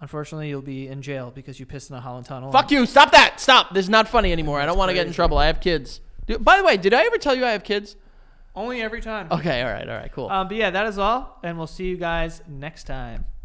S1: Unfortunately, you'll be in jail because you pissed in a Holland tunnel.
S2: Fuck you! Stop that! Stop! This is not funny anymore. I don't want to get in
S1: crazy.
S2: trouble. I have kids. Dude, by the way, did I ever tell you I have kids?
S1: Only every time.
S2: Okay, all right, all right, cool.
S1: Um, but yeah, that is all, and we'll see you guys next time.